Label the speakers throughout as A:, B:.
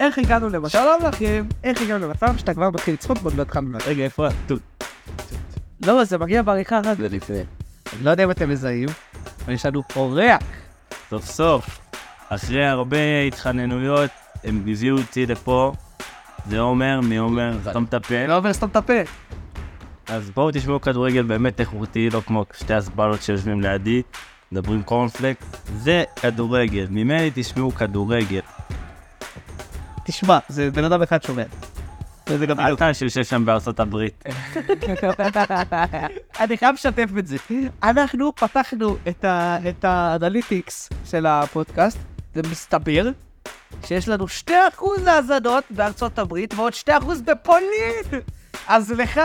A: איך הגענו למצב... שלום לכם! איך הגענו למצב שאתה כבר מתחיל לצחוק ועוד לא התחלנו לעשות?
B: רגע, איפה...
A: לא, זה מגיע בעריכה אחת.
B: זה לפני.
A: אני לא יודע אם אתם מזהים, אבל יש לנו אורח.
B: סוף סוף, אחרי הרבה התחננויות, הם הביאו אותי לפה. זה עומר, מי עומר, סתום את הפה.
A: לא אומר סתם את הפה.
B: אז בואו תשמעו כדורגל באמת איכותי, לא כמו שתי הסבלות שיושבים לידי, מדברים קורנפלקס. זה כדורגל, ממני תשמעו כדורגל.
A: תשמע, זה בן אדם אחד שומע. וזה גם בדיוק.
B: אתה שיושב שם בארצות הברית.
A: אני חייב לשתף את זה. אנחנו פתחנו את ה- את האנליטיקס של הפודקאסט, זה מסתבר שיש לנו 2% האזנות בארצות הברית ועוד 2% בפולין! אז לך,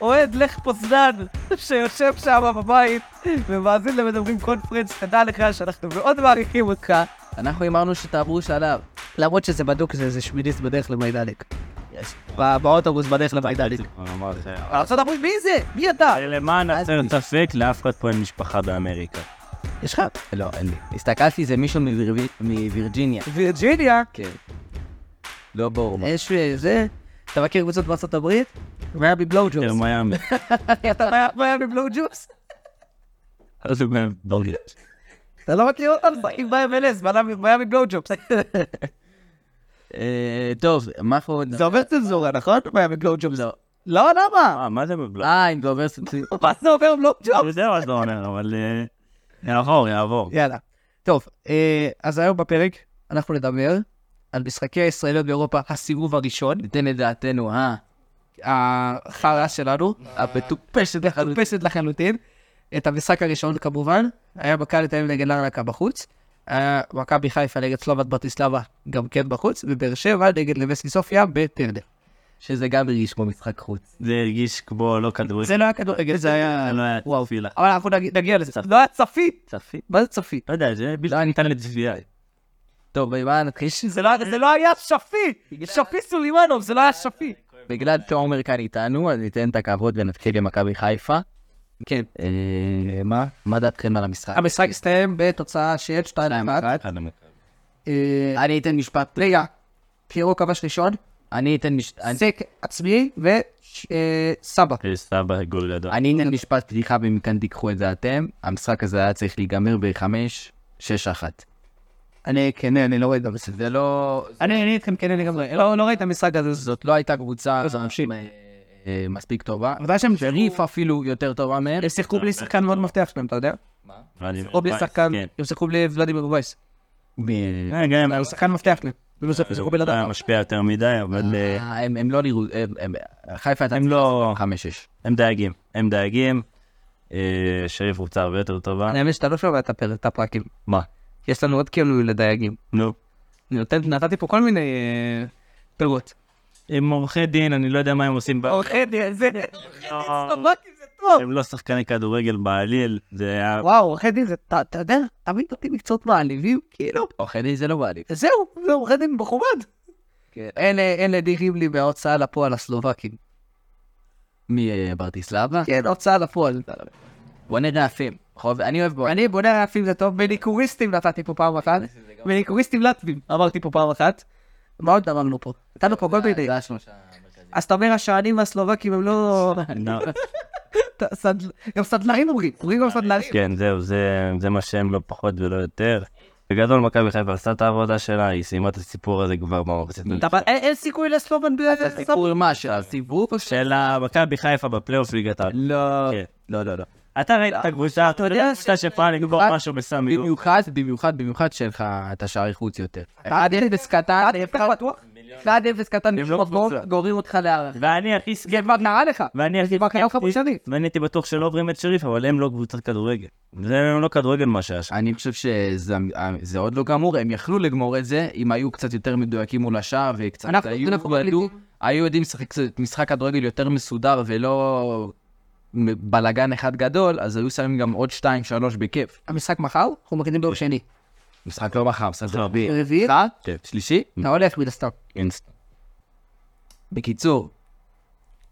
A: אוהד לך פוזנן, שיושב שם בבית ומאזין למדברים קונפרנס, תדע לך שאנחנו מאוד מעריכים אותך. אנחנו אמרנו שתעברו שלב, למרות שזה בדוק, זה איזה שמיניסט בדרך למיידליק. ב- באוטובוס בדרך למיידליק. ארצות הברית, מי זה? מי אתה?
C: אה,
B: למען הסר ספק, לאף אחד פה אין משפחה באמריקה.
A: יש לך?
C: לא, אין לי. הסתכלתי, זה מישהו מוויר- מווירג'יניה.
A: וירג'יניה,
C: כן. לא ברור. מה.
A: יש אה, זה, אתה מכיר קבוצות בארצות הברית? מיאמי בלואו ג'ובס.
B: של אה,
C: כן,
B: מיאמי.
A: אתה מיאמי בלואו ג'ובס?
B: אז הוא אומר, "בוגד".
A: אתה לא מכיר אותם? עם ב-MLS, מיאמי בלואו ג'ובס.
C: אה, טוב, מה אנחנו עוד...
A: זה עובר צנזורה, נכון? מיאמי בלואו ג'ובס.
C: לא.
A: לא, למה?
B: אה, מה זה מבלע?
C: אה, אם זה עובר סנצי...
A: מה זה עובר בלואו ג'ובס?
B: אני יודע מה שאתה אומר, אבל... אה, יעבור, יעבור.
A: יאללה. טוב, אה, אז היום בפרק אנחנו נדבר על משחקי הישראליות באירופה, הסיבוב הראשון,
C: ניתן את דעתנו, אה?
A: החרא שלנו,
C: המטופשת לחלוטין.
A: מטופשת לחלוטין. את המשחק הראשון כמובן, היה מכבי תל אביב נגד לרנקה בחוץ, היה מכבי חיפה נגד סלובת ברטיסלבה גם כן בחוץ, ובאר שבע נגד לבסקי סופיה בטרנר.
C: שזה גם הרגיש כמו משחק חוץ.
B: זה הרגיש כמו לא כדורי.
A: זה לא היה כדורגל, זה היה...
B: לא היה
A: וואו.
B: תפילה.
A: אבל אנחנו נגיע- נגיע לזה. לא היה צפית!
B: צפי?
A: מה זה צפית?
B: לא יודע, זה בלתי ניתן לתביעה.
A: אה,
C: טוב, מה נתחיל?
A: זה לא- זה לא היה שפי! שפי סולימנוב, זה לא היה שפי!
C: בגלל תומר כאן איתנו, אז ניתן את הכבוד ונתחיל עם מכבי חיפה.
A: כן.
C: אה, מה? מה דעתכם על המשחק?
A: המשחק הסתיים בתוצאה של 2-1. אה,
C: אני אתן משפט.
A: רגע, פירו כבש ראשון,
C: אני אתן משפט.
A: סק עצמי אה, וסבא.
B: אה, סבא גול גדול.
C: אני
A: אוקיי.
C: אתן משפט פתיחה ומכאן תיקחו את זה אתם. המשחק הזה היה צריך להיגמר בחמש, שש אחת.
A: אני כן, אני לא רואה את המשחק.
C: זה לא...
A: אני אני איתכם כן לגמרי, לא לא רואה את המשחק הזה.
C: זאת לא הייתה קבוצה
A: אז נמשיך.
C: אה, אה, מספיק טובה.
A: עובדה שהם
C: שריף אפילו יותר טובה מהם. אה,
A: הם שיחקו בלי שחקן מאוד מבטיח שלהם, אתה יודע?
B: אני-
A: או בלי שחקן,
B: כן.
A: הם שיחקו בלי ולדימיר ווייס.
C: ב-
B: אה, גם אם-
A: הוא שחקן מבטיח להם. הם לא
B: זה
A: שיחקו בלעדיו.
B: היה משפיע יותר מדי, אבל אה,
C: אה, הם הם לא נראו... הם- הם- חיפה הייתה...
B: הם לא...
C: חמש, שש.
B: הם דייגים. הם דייגים. אה, שריף קבוצה הרבה יותר טובה.
A: האמת שאתה לא שומע את הפרק, את הפרקים.
B: מה?
A: יש לנו עוד כאילו לדייגים.
B: נו.
A: אני נותן- נתתי פה כל מיני אה, פירות.
B: הם עורכי דין, אני לא יודע מה הם עושים. ב-
A: עורכי דין, זה...
B: לא.
A: סלובקים זה אוקיי, טוב.
B: הם לא שחקני כדורגל בעליל. זה היה...
A: וואו, עורכי דין זה, אתה אתה יודע, תמיד אותי מקצועות מעליבים, כאילו,
C: עורכי דין זה לא מעליב.
A: זהו, זה עורכי דין מכובד.
C: כן.
A: אלה, אלה נראים לי מההוצאה לפועל הסלובקים.
C: מברטיסלבה?
A: כן, הוצאה לפועל.
C: בוא נראה עפים. בכל זאת, אני אוהב בו.
A: אני בונה רעפים זה טוב, מניקוריסטים נתתי פה פעם אחת, מניקוריסטים לטבים אמרתי פה פעם אחת. מה עוד אמרנו פה? נתנו פה כל מיני.
C: אה, זה השלושה המרכזיים.
A: אז אתה אומר השענים והסלובקים הם לא...
B: לא.
A: אתה- סד- גם סדלרים אומרים, אומרים
C: אה,
A: גם סדלרים.
B: כן, זהו, זה- זה מה שהם לא פחות ולא יותר. בגדול, מכבי חיפה עשתה את העבודה שלה, היא סיימה את הסיפור הזה כבר במחצית.
A: אתה- אבל אין אין סיכוי לסלובן בלי...
C: סיפור מה? של הסיבוב או של...
B: של מכבי חיפה בפלייאוף ליגת העל.
C: לא.
B: כן.
C: לא, לא, לא.
B: אתה ראית את הקבוצה, אתה יודע
A: ש-
B: שאתה שפעם לגבור
C: רק-
B: משהו בסמי. לא? גופ.
C: במיוחד, במיוחד, במיוחד שאין לך את השערי חוץ יותר.
A: אחד אפס קטן, אחד בטוח. אחד אפס קטן,
B: הם לא
A: גור-
B: קבוצה.
A: גוררים אותך להערכה.
B: ואני הכי סק-
A: זה כבר נראה לך.
B: ואני הכי
A: כבר קיים כמה
B: סקפטי,
A: שנים.
B: ואני הייתי בטוח שלא עוברים את שריף, אבל הם לא קבוצת כדורגל. זה הם לא כדורגל מה שהיה שם.
C: אני חושב שזה זה עוד לא גמור, הם יכלו לגמור את זה אם היו קצת יותר מדויקים מול השער וקצת
A: אנחנו-
C: היו
A: אנחנו
C: ידעו,
A: מקליטים.
C: היו יודעים לשחק קצת משחק כדורגל יותר מסודר ולא בלאגן אחד גדול, אז היו שמים גם עוד 2-3 בכיף.
A: המשחק מחר, אנחנו מקדים ביום שני.
C: משחק לא מחר, משחק
B: לא.
C: רביעי.
A: רביעי?
C: משחק? שלישי?
B: כן.
A: אתה הולך מן הסתם.
C: בקיצור,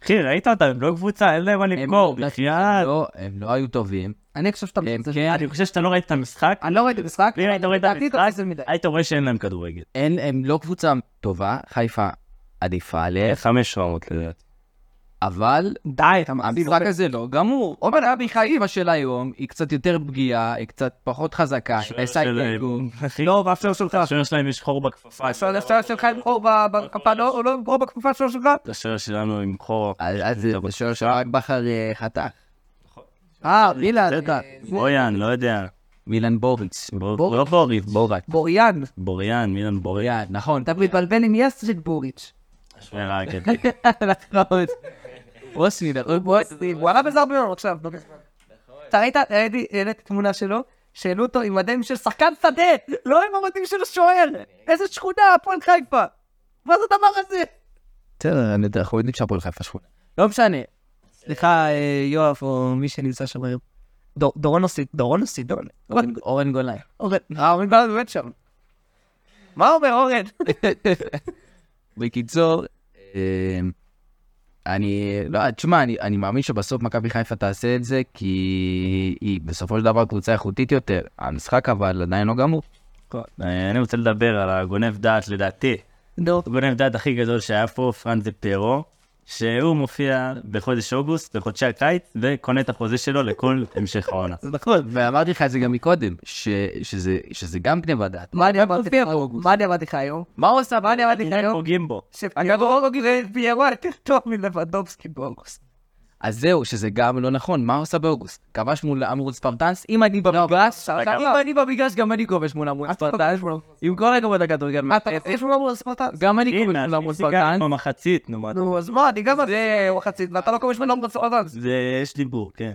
B: אחי, ראית אותם, הם לא קבוצה, אין להם מה למכור,
C: לא-
B: בחייאת.
C: לא, הם לא היו טובים.
A: אני חושב שאתה...
C: הם
A: זה-
C: כן,
B: אני חושב שאתה לא ראית את המשחק,
A: אני לא ראיתי משחק.
B: ואם היית רואה את
A: לדעתי אתה
B: המשחק,
A: עושה מדי.
B: היית רואה שאין להם כדורגל.
C: אין, הם לא קבוצה טובה, חיפה עדיפה עליה,
B: חמש רמות לדעתי.
C: אבל
A: אה, די, אתה מעדיף.
C: המשחק הזה לא גמור. עומר אבי חיפה של היום היא קצת יותר פגיעה, היא קצת פחות חזקה, היא
B: השוער
C: עושה את
B: שלהם.
C: הארגון.
B: אחי,
A: לא, והשוער שלך.
B: השוער שלהם יש חור בכפפה.
A: השוער שלך עם חור ב- בכפה, לא הוא לא עם חור בכפפה שלו שלך?
B: השוער שלנו עם חור.
C: אז אז זה שוער שרק בכר אה, חתך.
A: אה, מילן.
C: זה אתה.
A: אה, זה-
B: בויאן, לא יודע.
C: מילן בוריץ.
B: בור- לא בוריס,
C: בורק.
A: בוריאן.
B: בוריאן, מילן בוריאן.
C: יאללה, נכון.
A: אתה מתבלבל עם יסריק בוריץ'.
B: השוער ההגנה.
A: נכון.
C: בוסני, נכון?
A: בוסי, הוא עלה בזר ביום עכשיו. לא מזמן. אתה ראית, העליתי- העליתי תמונה שלו, שהעלו אותו עם מדים של שחקן שדה, לא עם המדים של השוער. איזה שכונה, הפועל חיפה. מה זה הדבר הזה?
C: בסדר, אני יודע, אנחנו יודעים שהפועל חיפה שכונה.
A: לא משנה. סליחה, אה, יואב, או מי שנמצא שם היום. דור- דורון אוסית, דורון אוסית, דורון. אורן,
C: אורן גולן.
A: אורן, אה, אורן גולן באמת שם. מה אומר אורן?
C: בקיצור, אה, אני, לא, תשמע, אני, אני מאמין שבסוף מכבי חיפה תעשה את זה, כי היא בסופו של דבר קבוצה איכותית יותר. המשחק אבל עדיין לא גמור.
B: אה, אני רוצה לדבר על הגונב דעת לדעתי.
A: נו,
B: הגונב דעת הכי גדול שהיה פה, פרנק דה פיירו, שהוא מופיע בחודש אוגוסט, בחודשי הקיץ, וקונה את החוזה שלו לכל המשך העונה.
A: זה נכון.
C: ואמרתי לך את זה גם מקודם, ש, שזה, שזה גם גניבת דעת.
A: מה אני אמרתי לך מה אני אמרתי לך היום?
C: מה הוא עושה?
A: מה אני אמרתי לך היום?
B: פוגעים בו.
A: שפיירו זה פיירו יותר טוב מלבנדובסקי באוגוסט.
C: אז זהו, שזה גם לא נכון. מה הוא עושה באוגוסט? כבש מול אמור ספרטנס? אם אני
A: לא,
C: במגרש,
A: אבל-
C: אם אני במגרש, גם אני כובש מול אמור ספרטנס. עם כל הכבוד לכדורגל.
A: אתה יש לו אמור ספרטן?
C: גם אני כובש מול
A: לא
B: הנה,
C: אמור
B: אז סיגר
A: אה?
C: ספרטנס.
B: במחצית, נו מה. אתה-
A: נו, אז מה, אני גם זה מחצית, ואתה לא כובש מלום בספרטן.
B: זה, יש דיבור, כן.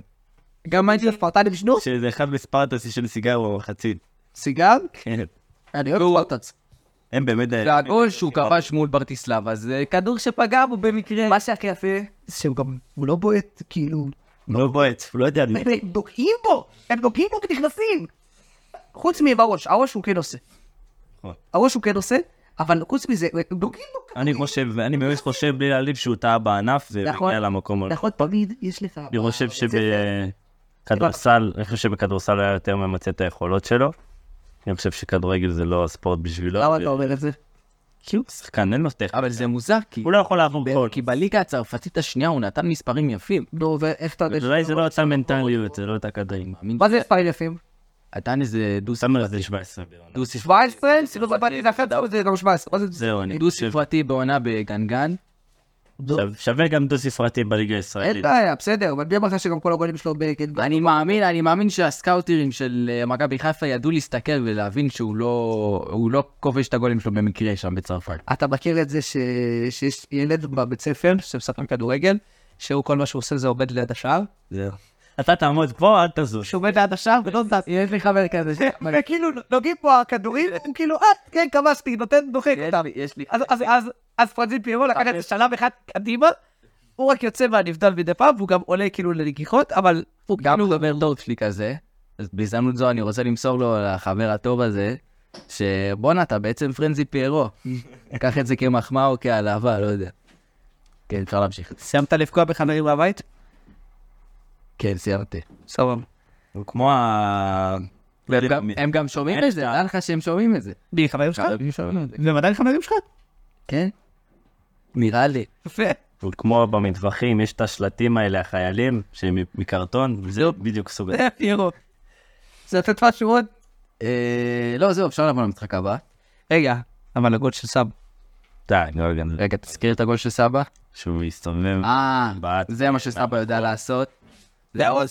A: גם הייתי ספרטן עם שנור?
B: שזה אחד מספרטס של סיגר במחצית.
A: סיגר?
B: כן.
A: אני אוהב ספרטן.
B: הם באמת...
C: והגול שהוא כבש מול ברטיסלבה זה כדור שפגע בו במקרה.
A: מה שהכי יפה, זה שהוא גם, הוא לא בועט, כאילו,
B: לא בועט, הוא לא יודע.
A: הם דוקעים בו, הם דוקעים בו כשנכנסים. חוץ מבראש, הראש הוא כן עושה.
B: נכון.
A: הראש הוא כן עושה, אבל חוץ מזה, הם דוקעים בו.
B: אני חושב, אני באמת חושב בלי להעליב שהוא טעה בענף, זה
A: נכון.
B: מגיע למקום. הזה.
A: נכון, תמיד יש לך...
B: אני חושב שבכדורסל, אני חושב שבכדורסל הוא היה יותר ממצה את היכולות שלו. אני חושב שכדורגל זה לא הספורט בשבילו.
C: לא?
A: למה אתה אומר את זה?
B: כי הוא שחקן, אין לו טכניקה.
C: אבל זה מוזר, כי-
B: הוא לא יכול לעבור גול.
C: כי בליגה הצרפתית השנייה הוא נתן מספרים יפים.
A: נו, ואיך אתה יודע? ש-
B: אולי זה לא אותה מנטליות, זה לא אותה כדורים.
A: מה זה מספר יפים?
C: נתן איזה
B: סאמר זה 17 בעונה.
C: דו ספרתי.
A: 17? סילוב לבנית, אחרי זה גם 17. מה זה?
B: זהו, אני
C: דו
B: חושב.
C: ספרתי בעונה בגנגן.
B: שו- שווה גם דו ספרתי בליגה
A: אין
B: הישראלית.
A: בעיה, בסדר, אבל מי אמר לך שגם כל הגולים שלו כן, בגד?
C: אני מאמין, אני מאמין שהסקאוטרים של אה, מכבי חיפה ידעו להסתכל ולהבין שהוא לא, הוא לא כובש את הגולים שלו במקרה שם בצרפת.
A: אתה מכיר את זה ש... שיש ילד בבית ספר שמשחק כדורגל, שהוא כל מה שהוא עושה זה עומד ליד השער?
B: זהו. אתה תעמוד פה, אל תזוז.
A: שהוא עומד ליד השער ולא זז.
C: יש לי חבר כזה
A: וכאילו נוגעים פה הכדורים, הוא כאילו, אה, כן, כבשתי, נותן, דוחק אותם.
C: יש לי.
A: אז- אז- אז- אז פרנזין פיירו לקח את זה שלב אחד קדימה, הוא רק יוצא מהנבדל מדי פעם, והוא גם עולה כאילו לנגיחות, אבל הוא
C: גם
A: כאילו...
C: חבר טוב שלי כזה, אז בהזדמנות זו אני רוצה למסור לו, לחבר הטוב הזה, שבואנה, אתה בעצם פרנזי פיירו. קח את זה כמחמאה או כהלהבה, לא יודע. כן, אפשר להמשיך.
A: סיימת לפגוע בחברים מהבית?
C: כן, סיימתי.
A: סבבה.
B: הוא כמו ה...
C: הם גם- הם גם שומעים את זה, אה? נראה לך שהם שומעים את זה.
A: מי, חברים שלך?
C: הם שומעים את זה.
A: זה עדיין חברים שלך?
C: כן? נראה לי.
A: יפה.
B: הוא כמו במטווחים, יש את השלטים האלה, החיילים, שהם מקרטון, וזה בדיוק סוג הזה.
A: זה פיירו. זה לתת משהו עוד?
C: אה, לא, זהו, אפשר לעבור למשחק הבא.
A: רגע, אבל הגול של סאב.
B: די, לא יודע,
C: רגע, תזכיר את הגול של סבא.
B: שהוא הסתובב.
C: אה,
B: בעט.
C: זה מה שסבא יודע
A: נכון.
C: לעשות. זה עוד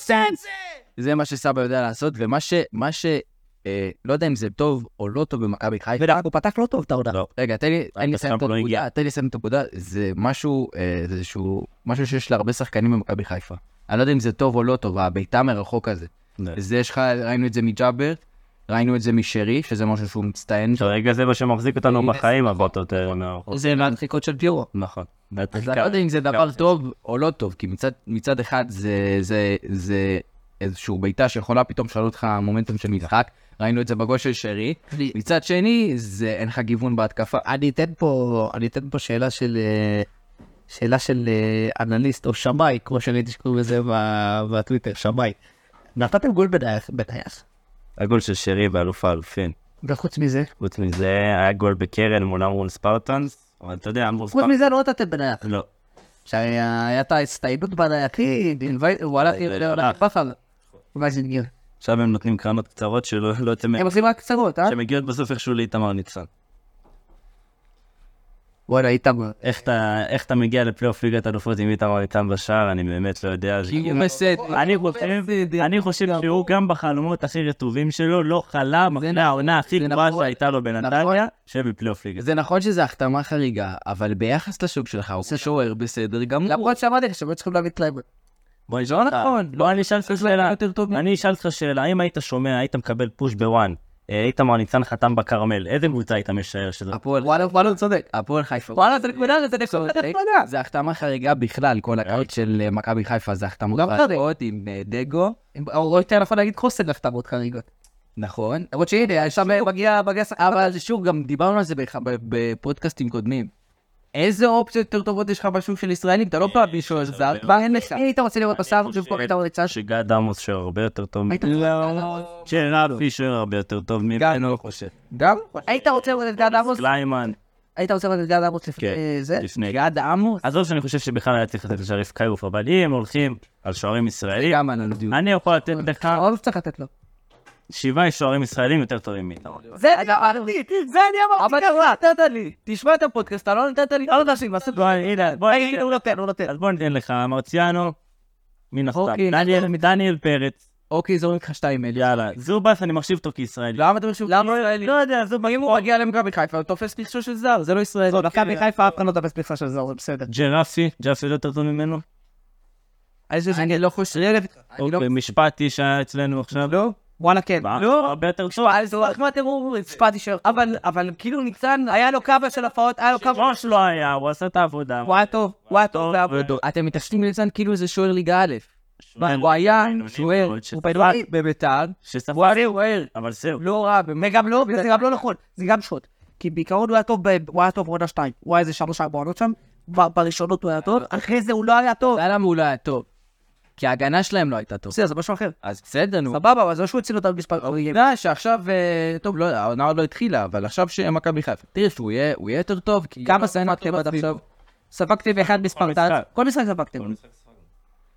C: זה מה שסבא יודע לעשות, ומה ש... מה ש... אה, לא יודע אם זה טוב או לא טוב במכבי חיפה.
A: הוא פתח לא טוב את העונה.
B: לא.
C: רגע, תן לי, תן לי לסיים את
B: הסתם לא הגיע.
C: הנקודה, תן לי לסיים את הנקודה, זה משהו, אה, זה איזשהו, משהו שיש להרבה שחקנים במכבי חיפה. אני לא יודע אם זה טוב או לא טוב, הביתה מרחוק הזה.
B: די.
A: כן.
C: זה יש לך, ראינו את זה מג'אבר, ראינו את זה משרי, שזה משהו שהוא מצטיין.
B: כרגע זה מה שמחזיק אותנו בחיים, הבוטות האלה. מהאורחות.
A: זה להדחיקות של פיירו.
B: נכון.
C: אז אני לא יודע אם זה דבר טוב או לא טוב, כי מצד, מצד אחד זה, זה, זה איזשהו בעיטה שיכולה פתאום לשנות לך מומנטום של משחק, ראינו את זה בגול של שרי,
A: אני-
C: מצד שני, זה אין לך גיוון בהתקפה.
A: אני אתן פה, אני אתן פה שאלה של, אה, שאלה של אה, אנליסט או שמאי, כמו שראיתי שקוראים לזה ב- בטוויטר, שמאי. נתתם גול בנייח, בנייח.
B: הגול של שרי באלוף האלופים.
A: וחוץ מזה,
B: חוץ מזה, היה גול בקרן מול אמרון ספרטנס, אבל אתה יודע, אמרון
A: חוץ
B: ספרטנס...
A: מזה לא נתתם בנייח.
B: לא.
A: שהיה את ההצטיידות בנייחים, אינווייט- וואלה,
B: אה.
A: יונתן בכר. וייזנגר.
B: עכשיו הם נותנים קרנות קצרות שלא לא יוצא מהן,
A: הם עושים רק קצרות, אה?
B: שמגיעות בסוף איכשהו לאיתמר ניצן.
A: וואלה, איתמר.
B: איך אתה- איך אתה מגיע לפלייאוף ליגת אלופות עם איתמר ניצן בשער, אני באמת לא יודע. זה-
C: הוא לא בסדר.
B: אני חושב, אני חושב שהוא גם בחלומות הכי רטובים שלו, לא חלם,
C: זה
B: אחרי העונה הכי
C: זה
B: גבוהה
C: נכון.
B: שהייתה לו
C: נכון.
B: בנתניה, שבפלייאוף ליגה.
C: זה נכון שזו החתמה חריגה, אבל ביחס לשוק שלך, הוא שוער בסדר גמור.
A: למרות
B: אה.
A: שאמרתי לך שהם היו צריכים להביא קלייבר.
B: בוא נשאל אותך.
C: נכון.
B: אה, בוא אני אשאל אותך שאלה.
C: יותר טוב.
B: אני אשאל אותך שאלה, אם היית שומע, היית מקבל פוש בוואן, אה, איתמר ניצן חתם בכרמל, איזה קבוצה היית משער שזה?
C: הפועל,
A: וואלה, וואלה, הוא צודק.
C: הפועל חיפה.
A: וואלה, זה נקודה, זה נקודה נכבדה.
C: זה החתמה חריגה בכלל, כל הקאוט של אה, מכבי חיפה זה החתמות
A: גם חריג.
C: חריגות עם אה, דגו.
A: לא, או יותר נכון להגיד חוסן החתמות חריגות.
C: נכון.
A: למרות שהנה, שם מגיע מגיע שחקן.
C: אבל שוב, גם דיברנו על זה בח- ב- בפודקאסטים קודמים. איזה אופציות יותר טובות יש לך בשוק של ישראלים? אתה לא פעם שוער זר, כבר אין לך.
A: מי היית רוצה לראות בשר
B: אה. חושב
A: במקום איתמר ניצן?
B: שגד עמוס שוער הרבה יותר טוב.
A: היית- לא.
B: שרן פישר הרבה יותר טוב
C: גם
B: ממנו.
C: לא חושב.
A: גם? היית רוצה לראות את גד עמוס?
B: קליימן.
A: היית רוצה לראות את גד עמוס לפני
B: אה. כן,
A: אה, זה?
B: לפני.
C: גד עמוס?
B: עזוב שאני חושב שבכלל היה צריך לתת לשריף קיירוף, אבל אם הולכים על שוערים ישראלים,
C: גם על הדיון.
B: אני יכול לתת לך
A: עוד צריך לתת לו.
B: שבעה שוערים ישראלים יותר טובים מאיתמר.
A: זה אני אמרתי, זה אני אמרתי. אבל אתה נתת לי, תשמע את הפודקאסט, אתה לא נתת לי, לא נתת לי, מה זה?
B: בוא, הנה, בוא,
A: רגע, הוא נותן, הוא נותן.
B: אז בוא ניתן לך מרציאנו, מן הסתם.
A: אוקיי.
B: דניאל- דניאל פרץ,
C: אוקיי, זורק לך שתיים אלי.
B: יאללה. זובס, אני מחשיב אותו כישראלי.
A: למה אתה חושב? למה ישראלי? לא יודע, זה אם הוא מגיע למכבי חיפה, הוא תופס פרצה של זר, זה לא ישראלי. מכבי חיפה אף אחד לא תופס פרצה של זר, זה בסדר.
B: ג'רפי, ג'רפי לא יותר טוב ממנו?
C: אני לא חושב. אני לא-
B: אוקיי, משפטי שהיה אצלנו עכשיו.
A: לא? וואלה כן.
B: מה?
A: לא?
B: הרבה יותר טוב.
A: תשמע, על סמך מה אתם אומרים? הצפתי ש... אבל, אבל כאילו ניצן, היה לו קו של הפרעות, היה לו קו...
B: ראש לא היה, הוא עשה את העבודה.
A: הוא היה טוב, הוא היה טוב,
B: טוב,
A: והוא-
C: אתם מתעסקים בניצן כאילו זה שוער ליגה א'.
B: שוער.
C: הוא היה
B: בינוני
C: שוער,
B: מאוד שספג.
C: הוא בנוער בביתר,
B: שספג.
C: הוא היה שוער,
B: אבל זהו.
A: לא רע, באמת גם לא, זה גם לא נכון, זה גם שוט. כי בעיקרון הוא היה טוב, ב- הוא היה טוב בעונה שתיים, הוא היה איזה שלוש ארבע עונות שם, ב- בראשונות הוא היה טוב, אחרי זה הוא לא היה טוב.
C: אתה יודע למה הוא לא היה טוב? כי ההגנה שלהם לא הייתה טוב.
A: בסדר, זה משהו אחר.
C: אז בסדר, נו.
A: סבבה, אבל זה לא שהוא הציל אותם מספר...
D: אוקיי.
C: עובדה שעכשיו, אה, טוב, לא, העונה עוד לא התחילה, אבל עכשיו שמכבי חיפה, תראה שהוא יהיה הוא יהיה יותר טוב, כי
A: כמה ספגתם עד עכשיו? ספגתם אחד מספרטנס,
B: משחק.
A: כל משחק ספגתם.
B: כל משחק ספג.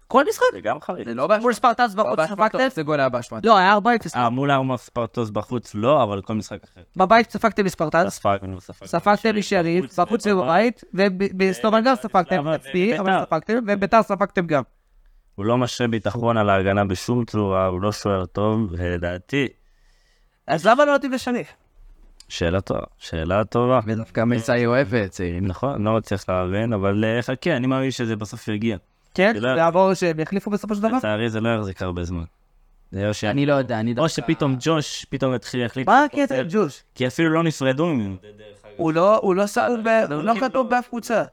A: כל משחק?
B: זה גם חריג.
C: זה לא באשמת-
A: מול ספרטנס בחוץ ספגתם?
C: זה גול היה באשמת.
A: לא, היה 4-0.
B: אה, מול ארמר ספרטוס בחוץ לא, אבל כל משחק אחר.
A: בבית ספגתם מספרטנס,
B: ספגנו, ספגנו.
A: ספגתם משערים, בחוץ ובבית, ובסטובנגר ספגתם
B: אבל-
A: עצמי, אבל
B: וביתר.
A: ספגתם, וביתר ספגתם גם.
B: הוא לא משרה ביטחון על ההגנה בשום צורה, הוא לא שוער טוב, ולדעתי,
A: אז למה לא נותנים לשני?
B: שאלה טובה. שאלה טובה.
C: ודווקא מצאי אוהב אה, צעירים.
B: נכון, לא מצליח להבין, אבל אה, חכה, אני מאמין שזה בסוף יגיע.
A: כן,
B: זה לא-
A: לעבור שהם יחליפו בסופו של דבר?
B: לצערי זה לא יחזיק הרבה זמן. זה או ש-
C: אני לא יודע, אני
B: או
C: דווקא...
B: שפתאום ג'וש פתאום יתחיל להחליט.
A: מה
B: שהוא
A: הקטע עם
B: פוסל,
A: ג'וש?
B: כי אפילו לא נפרדו ממנו.
A: הוא לא, הוא לא ס- ב- הוא לא כתוב באף קבוצה.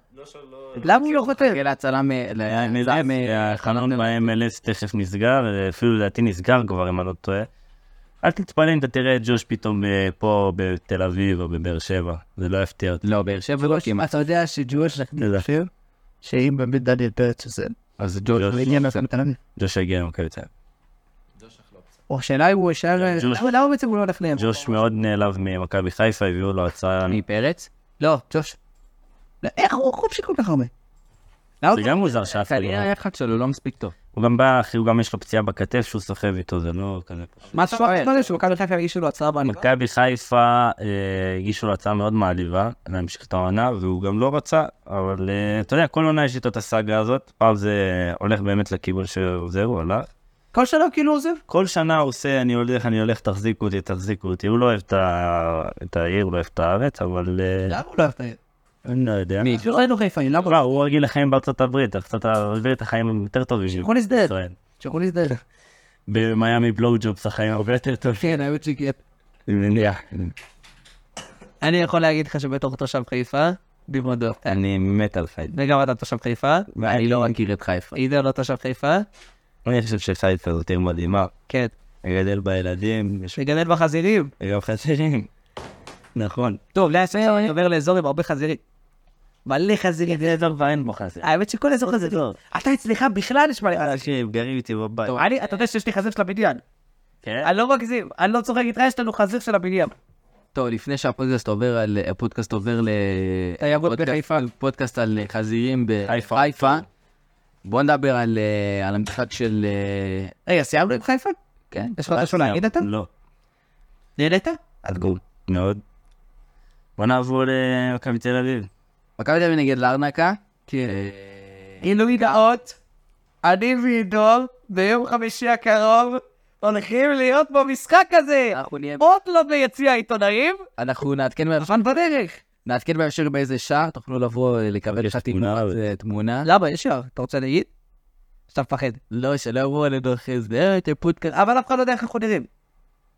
A: למה הוא לא חותם?
C: תראה להצלה מ... ל-
B: MLS, החלון ב-MLS תכף נסגר, אה, אפילו לדעתי נסגר כבר אם אני לא טועה. אל תתפלא אם אתה תראה את ג'וש פתאום אה, פה בתל אביב או בבאר שבע, זה לא יפתיע אותי.
C: לא, באר שבע לא כמעט.
A: אתה יודע שג'וש
B: זה זה.
A: שאם באמת דניאל פרץ עושה,
C: אז ג'וש...
B: ג'וש-
A: מכבי תל אביב.
B: ג'וש יגיע למכבי תל אביב.
A: או השאלה אם הוא ישר...
B: ג'וש.
A: למה למה בעצם הוא לא הולך להם?
B: ג'וש מאוד נעלב ממכבי חיפה, הביאו לו הצעה,
C: מי פרץ? לא, ג'וש.
A: לא, איך הוא חופשי כל כך הרבה? למה
B: זה גם מוזר שאף אחד
C: כנראה
B: לא...
C: היחד שלו לא מספיק טוב.
B: הוא גם בא, אחי, הוא גם יש לו פציעה בכתף שהוא סוחב איתו, זה לא כזה פשוט.
A: מה שאומר? מה זה שמכבי חיפה לא יגישו לו הצהרה בעניבה?
B: מכבי חיפה אה, הגישו לו הצעה מאוד מעליבה להמשיך את העונה, והוא גם לא רצה, אבל אה, אתה יודע, כל עונה יש איתו את הסאגה הזאת, פעם זה הולך באמת לכיוון שזהו, הלך.
A: כל שנה הוא כאילו עוזב?
B: כל שנה הוא עושה, אני הולך, אני הולך, תחזיקו אותי, תחזיקו אותי. הוא לא אוהב את ה- את העיר, הוא לא אוהב את הארץ, אבל אה,
A: למה הוא לא אוהב את העיר?
B: אני לא יודע.
C: מי?
A: לא ראינו חיפה, למה?
B: לא, הוא רגיל לחיים בארצות הברית, ארצות הברית החיים הם יותר טובים.
A: יכול להזדהל.
B: בישראל.
A: שיכול להזדהל.
B: במיאמי בלואו ג'ובס החיים הרבה יותר טובים.
A: כן, האמת שכן.
B: אני מניח.
A: אני יכול להגיד לך שבתור תושב חיפה, במועדו.
B: אני מת על חיפה.
A: וגם אתה תושב חיפה.
C: אני לא מכיר את חיפה.
A: עידו לא תושב חיפה.
B: אני חושב שחיפה זאת עיר מדהימה.
A: כן.
B: מגדל בילדים, יש
A: מגדל בחזירים.
B: גם חסרים. נכון.
A: לא, טוב, לאט לאט אני עובר לאזור עם הרבה חזירים. מלא חזירים.
B: זה אזור ואין בו חזיר.
A: האמת שכל אזור חזירים. אתה אצלך בכלל נשמע לי חזירים.
B: אנשים גרים איתי בבית.
A: אני- אתה יודע שיש לי חזיר של הבניין.
B: כן?
A: אני לא מגזים, אני לא צוחק איתך, יש לנו חזיר של הבניין.
D: טוב, לפני שהפודקאסט עובר על... אה, הפודקאסט עובר ל...
A: תיירות
D: פודקאסט-
A: בחיפה.
D: פודקאסט על אה, חזירים
B: חיפה.
D: בחיפה. בוא נדבר על אה, על המשחק של... אה,
A: רגע, סיימנו עם חיפה?
D: כן?
A: יש לך משהו להגיד אה. אתה?
B: לא.
A: נהנית?
B: עד גול. מאוד. בוא נעבור למכבי תל אביב.
D: מכבי תל אביב נגד לארנקה. כן.
A: גילוי נאות, אני ועידו ביום חמישי הקרוב הולכים להיות במשחק הזה.
D: אנחנו נהיה...
A: עוד לא ביציע העיתונאים,
D: אנחנו נעדכן בהמשך-
A: אבל בדרך.
D: נעדכן בהמשך באיזה שעה, תוכלו לבוא אה, לקבל
B: יש
D: לך
B: תמונה,
D: תמונת
B: אבל-
D: אה, תמונה.
A: למה, יש יער? אתה רוצה להגיד? שאתה מפחד.
D: לא, שלא יבואו אלינו אחרי זה, אה, אתם פודקאסט.
A: אבל אף אחד לא יודע איך אנחנו נראים.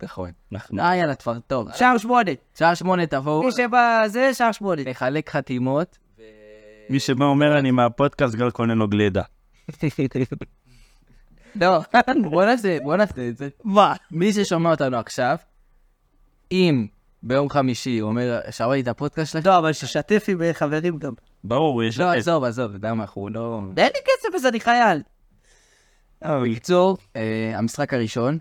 D: נכון.
B: אנחנו-
D: אה, יאללה, כבר טוב.
A: שער שמונה.
D: שעה שמונה תבואו,
A: מי שבא זה, שער שמונה.
D: נחלק חתימות.
B: מי שבא אומר אני מהפודקאסט גל קונה לו גלידה.
D: לא, בוא נעשה, בוא נעשה את זה.
A: מה?
D: מי ששומע אותנו עכשיו, אם ביום חמישי הוא אומר, שמעתי את הפודקאסט שלך,
A: לא, אבל ששתף עם אה, חברים גם.
B: ברור, יש...
D: לא, עזוב, עזוב, אתה יודע מה, אנחנו לא...
A: אין לי כסף אז אני חייל.
D: בקיצור, אה, המשחק הראשון,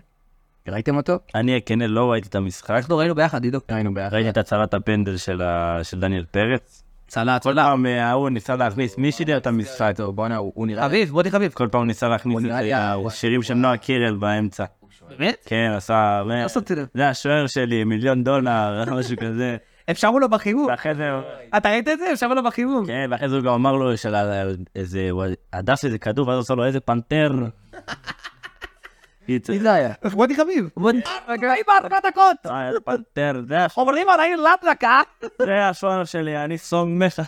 D: ראיתם אותו?
B: אני אהיה כן, לא ראיתי את המשחק.
D: אנחנו ראינו ביחד, עידו. ראינו ביחד.
B: ראיתי את הצלת הפנדל של ה- של דניאל פרץ.
D: צלט,
B: כל פעם אה, ההוא ניסה להכניס, מי שידר את המשחק?
D: טוב, בואנה, הוא הוא נראה...
A: חביב, מודי חביב.
B: כל פעם הוא ניסה להכניס
D: הוא
B: את
D: נראה לי
B: ה-
D: ה-
B: השירים של נועה קירל באמצע.
A: באמת?
B: כן, עשה...
A: לא שמתי לב.
B: זה השוער שלי, מיליון דולר, משהו כזה.
A: אפשרו לו בחימום.
B: ואחרי זה...
A: אתה ראית את זה? אפשרו לו בחימום.
B: כן, ואחרי זה הוא גם אמר לו של ה- איזה... הוא הדס איזה כדור, ואז הוא עושה לו איזה פנתר. קיצר,
D: מי זה היה?
A: מודי חביב. מודי חביב בארבע דקות.
B: אה, איזה פנתר, זה הש-
A: אומרים על העיר לטרקה.
B: זה השוער שלי, אני סונג מכה.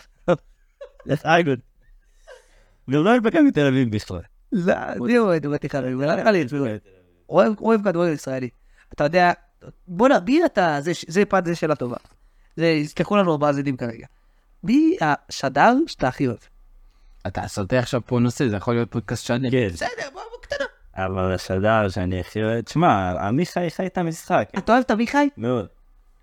B: זה חייגוד. גם לא יש מכבי תל אביב בכלל.
A: לא, זהו, אני מודי חביב. לא נראה לי את זה. אוהב אוהב כדורגל ישראלי. אתה יודע, בוא נביא את ה... זה- זה פן, זו שאלה טובה. זה, יסלחו לנו המאזינים כרגע. מי השדר שאתה הכי אוהב?
D: אתה סוטה עכשיו פה נושא, זה יכול להיות פודקאסט שלנו.
B: כן,
A: בסדר, בוא, בוא, קטנה.
B: אבל השדר שאני הכי אוהב, תשמע, עמיחי חי את המשחק, כן,
A: אתה אוהב את עמיחי?
B: מאוד.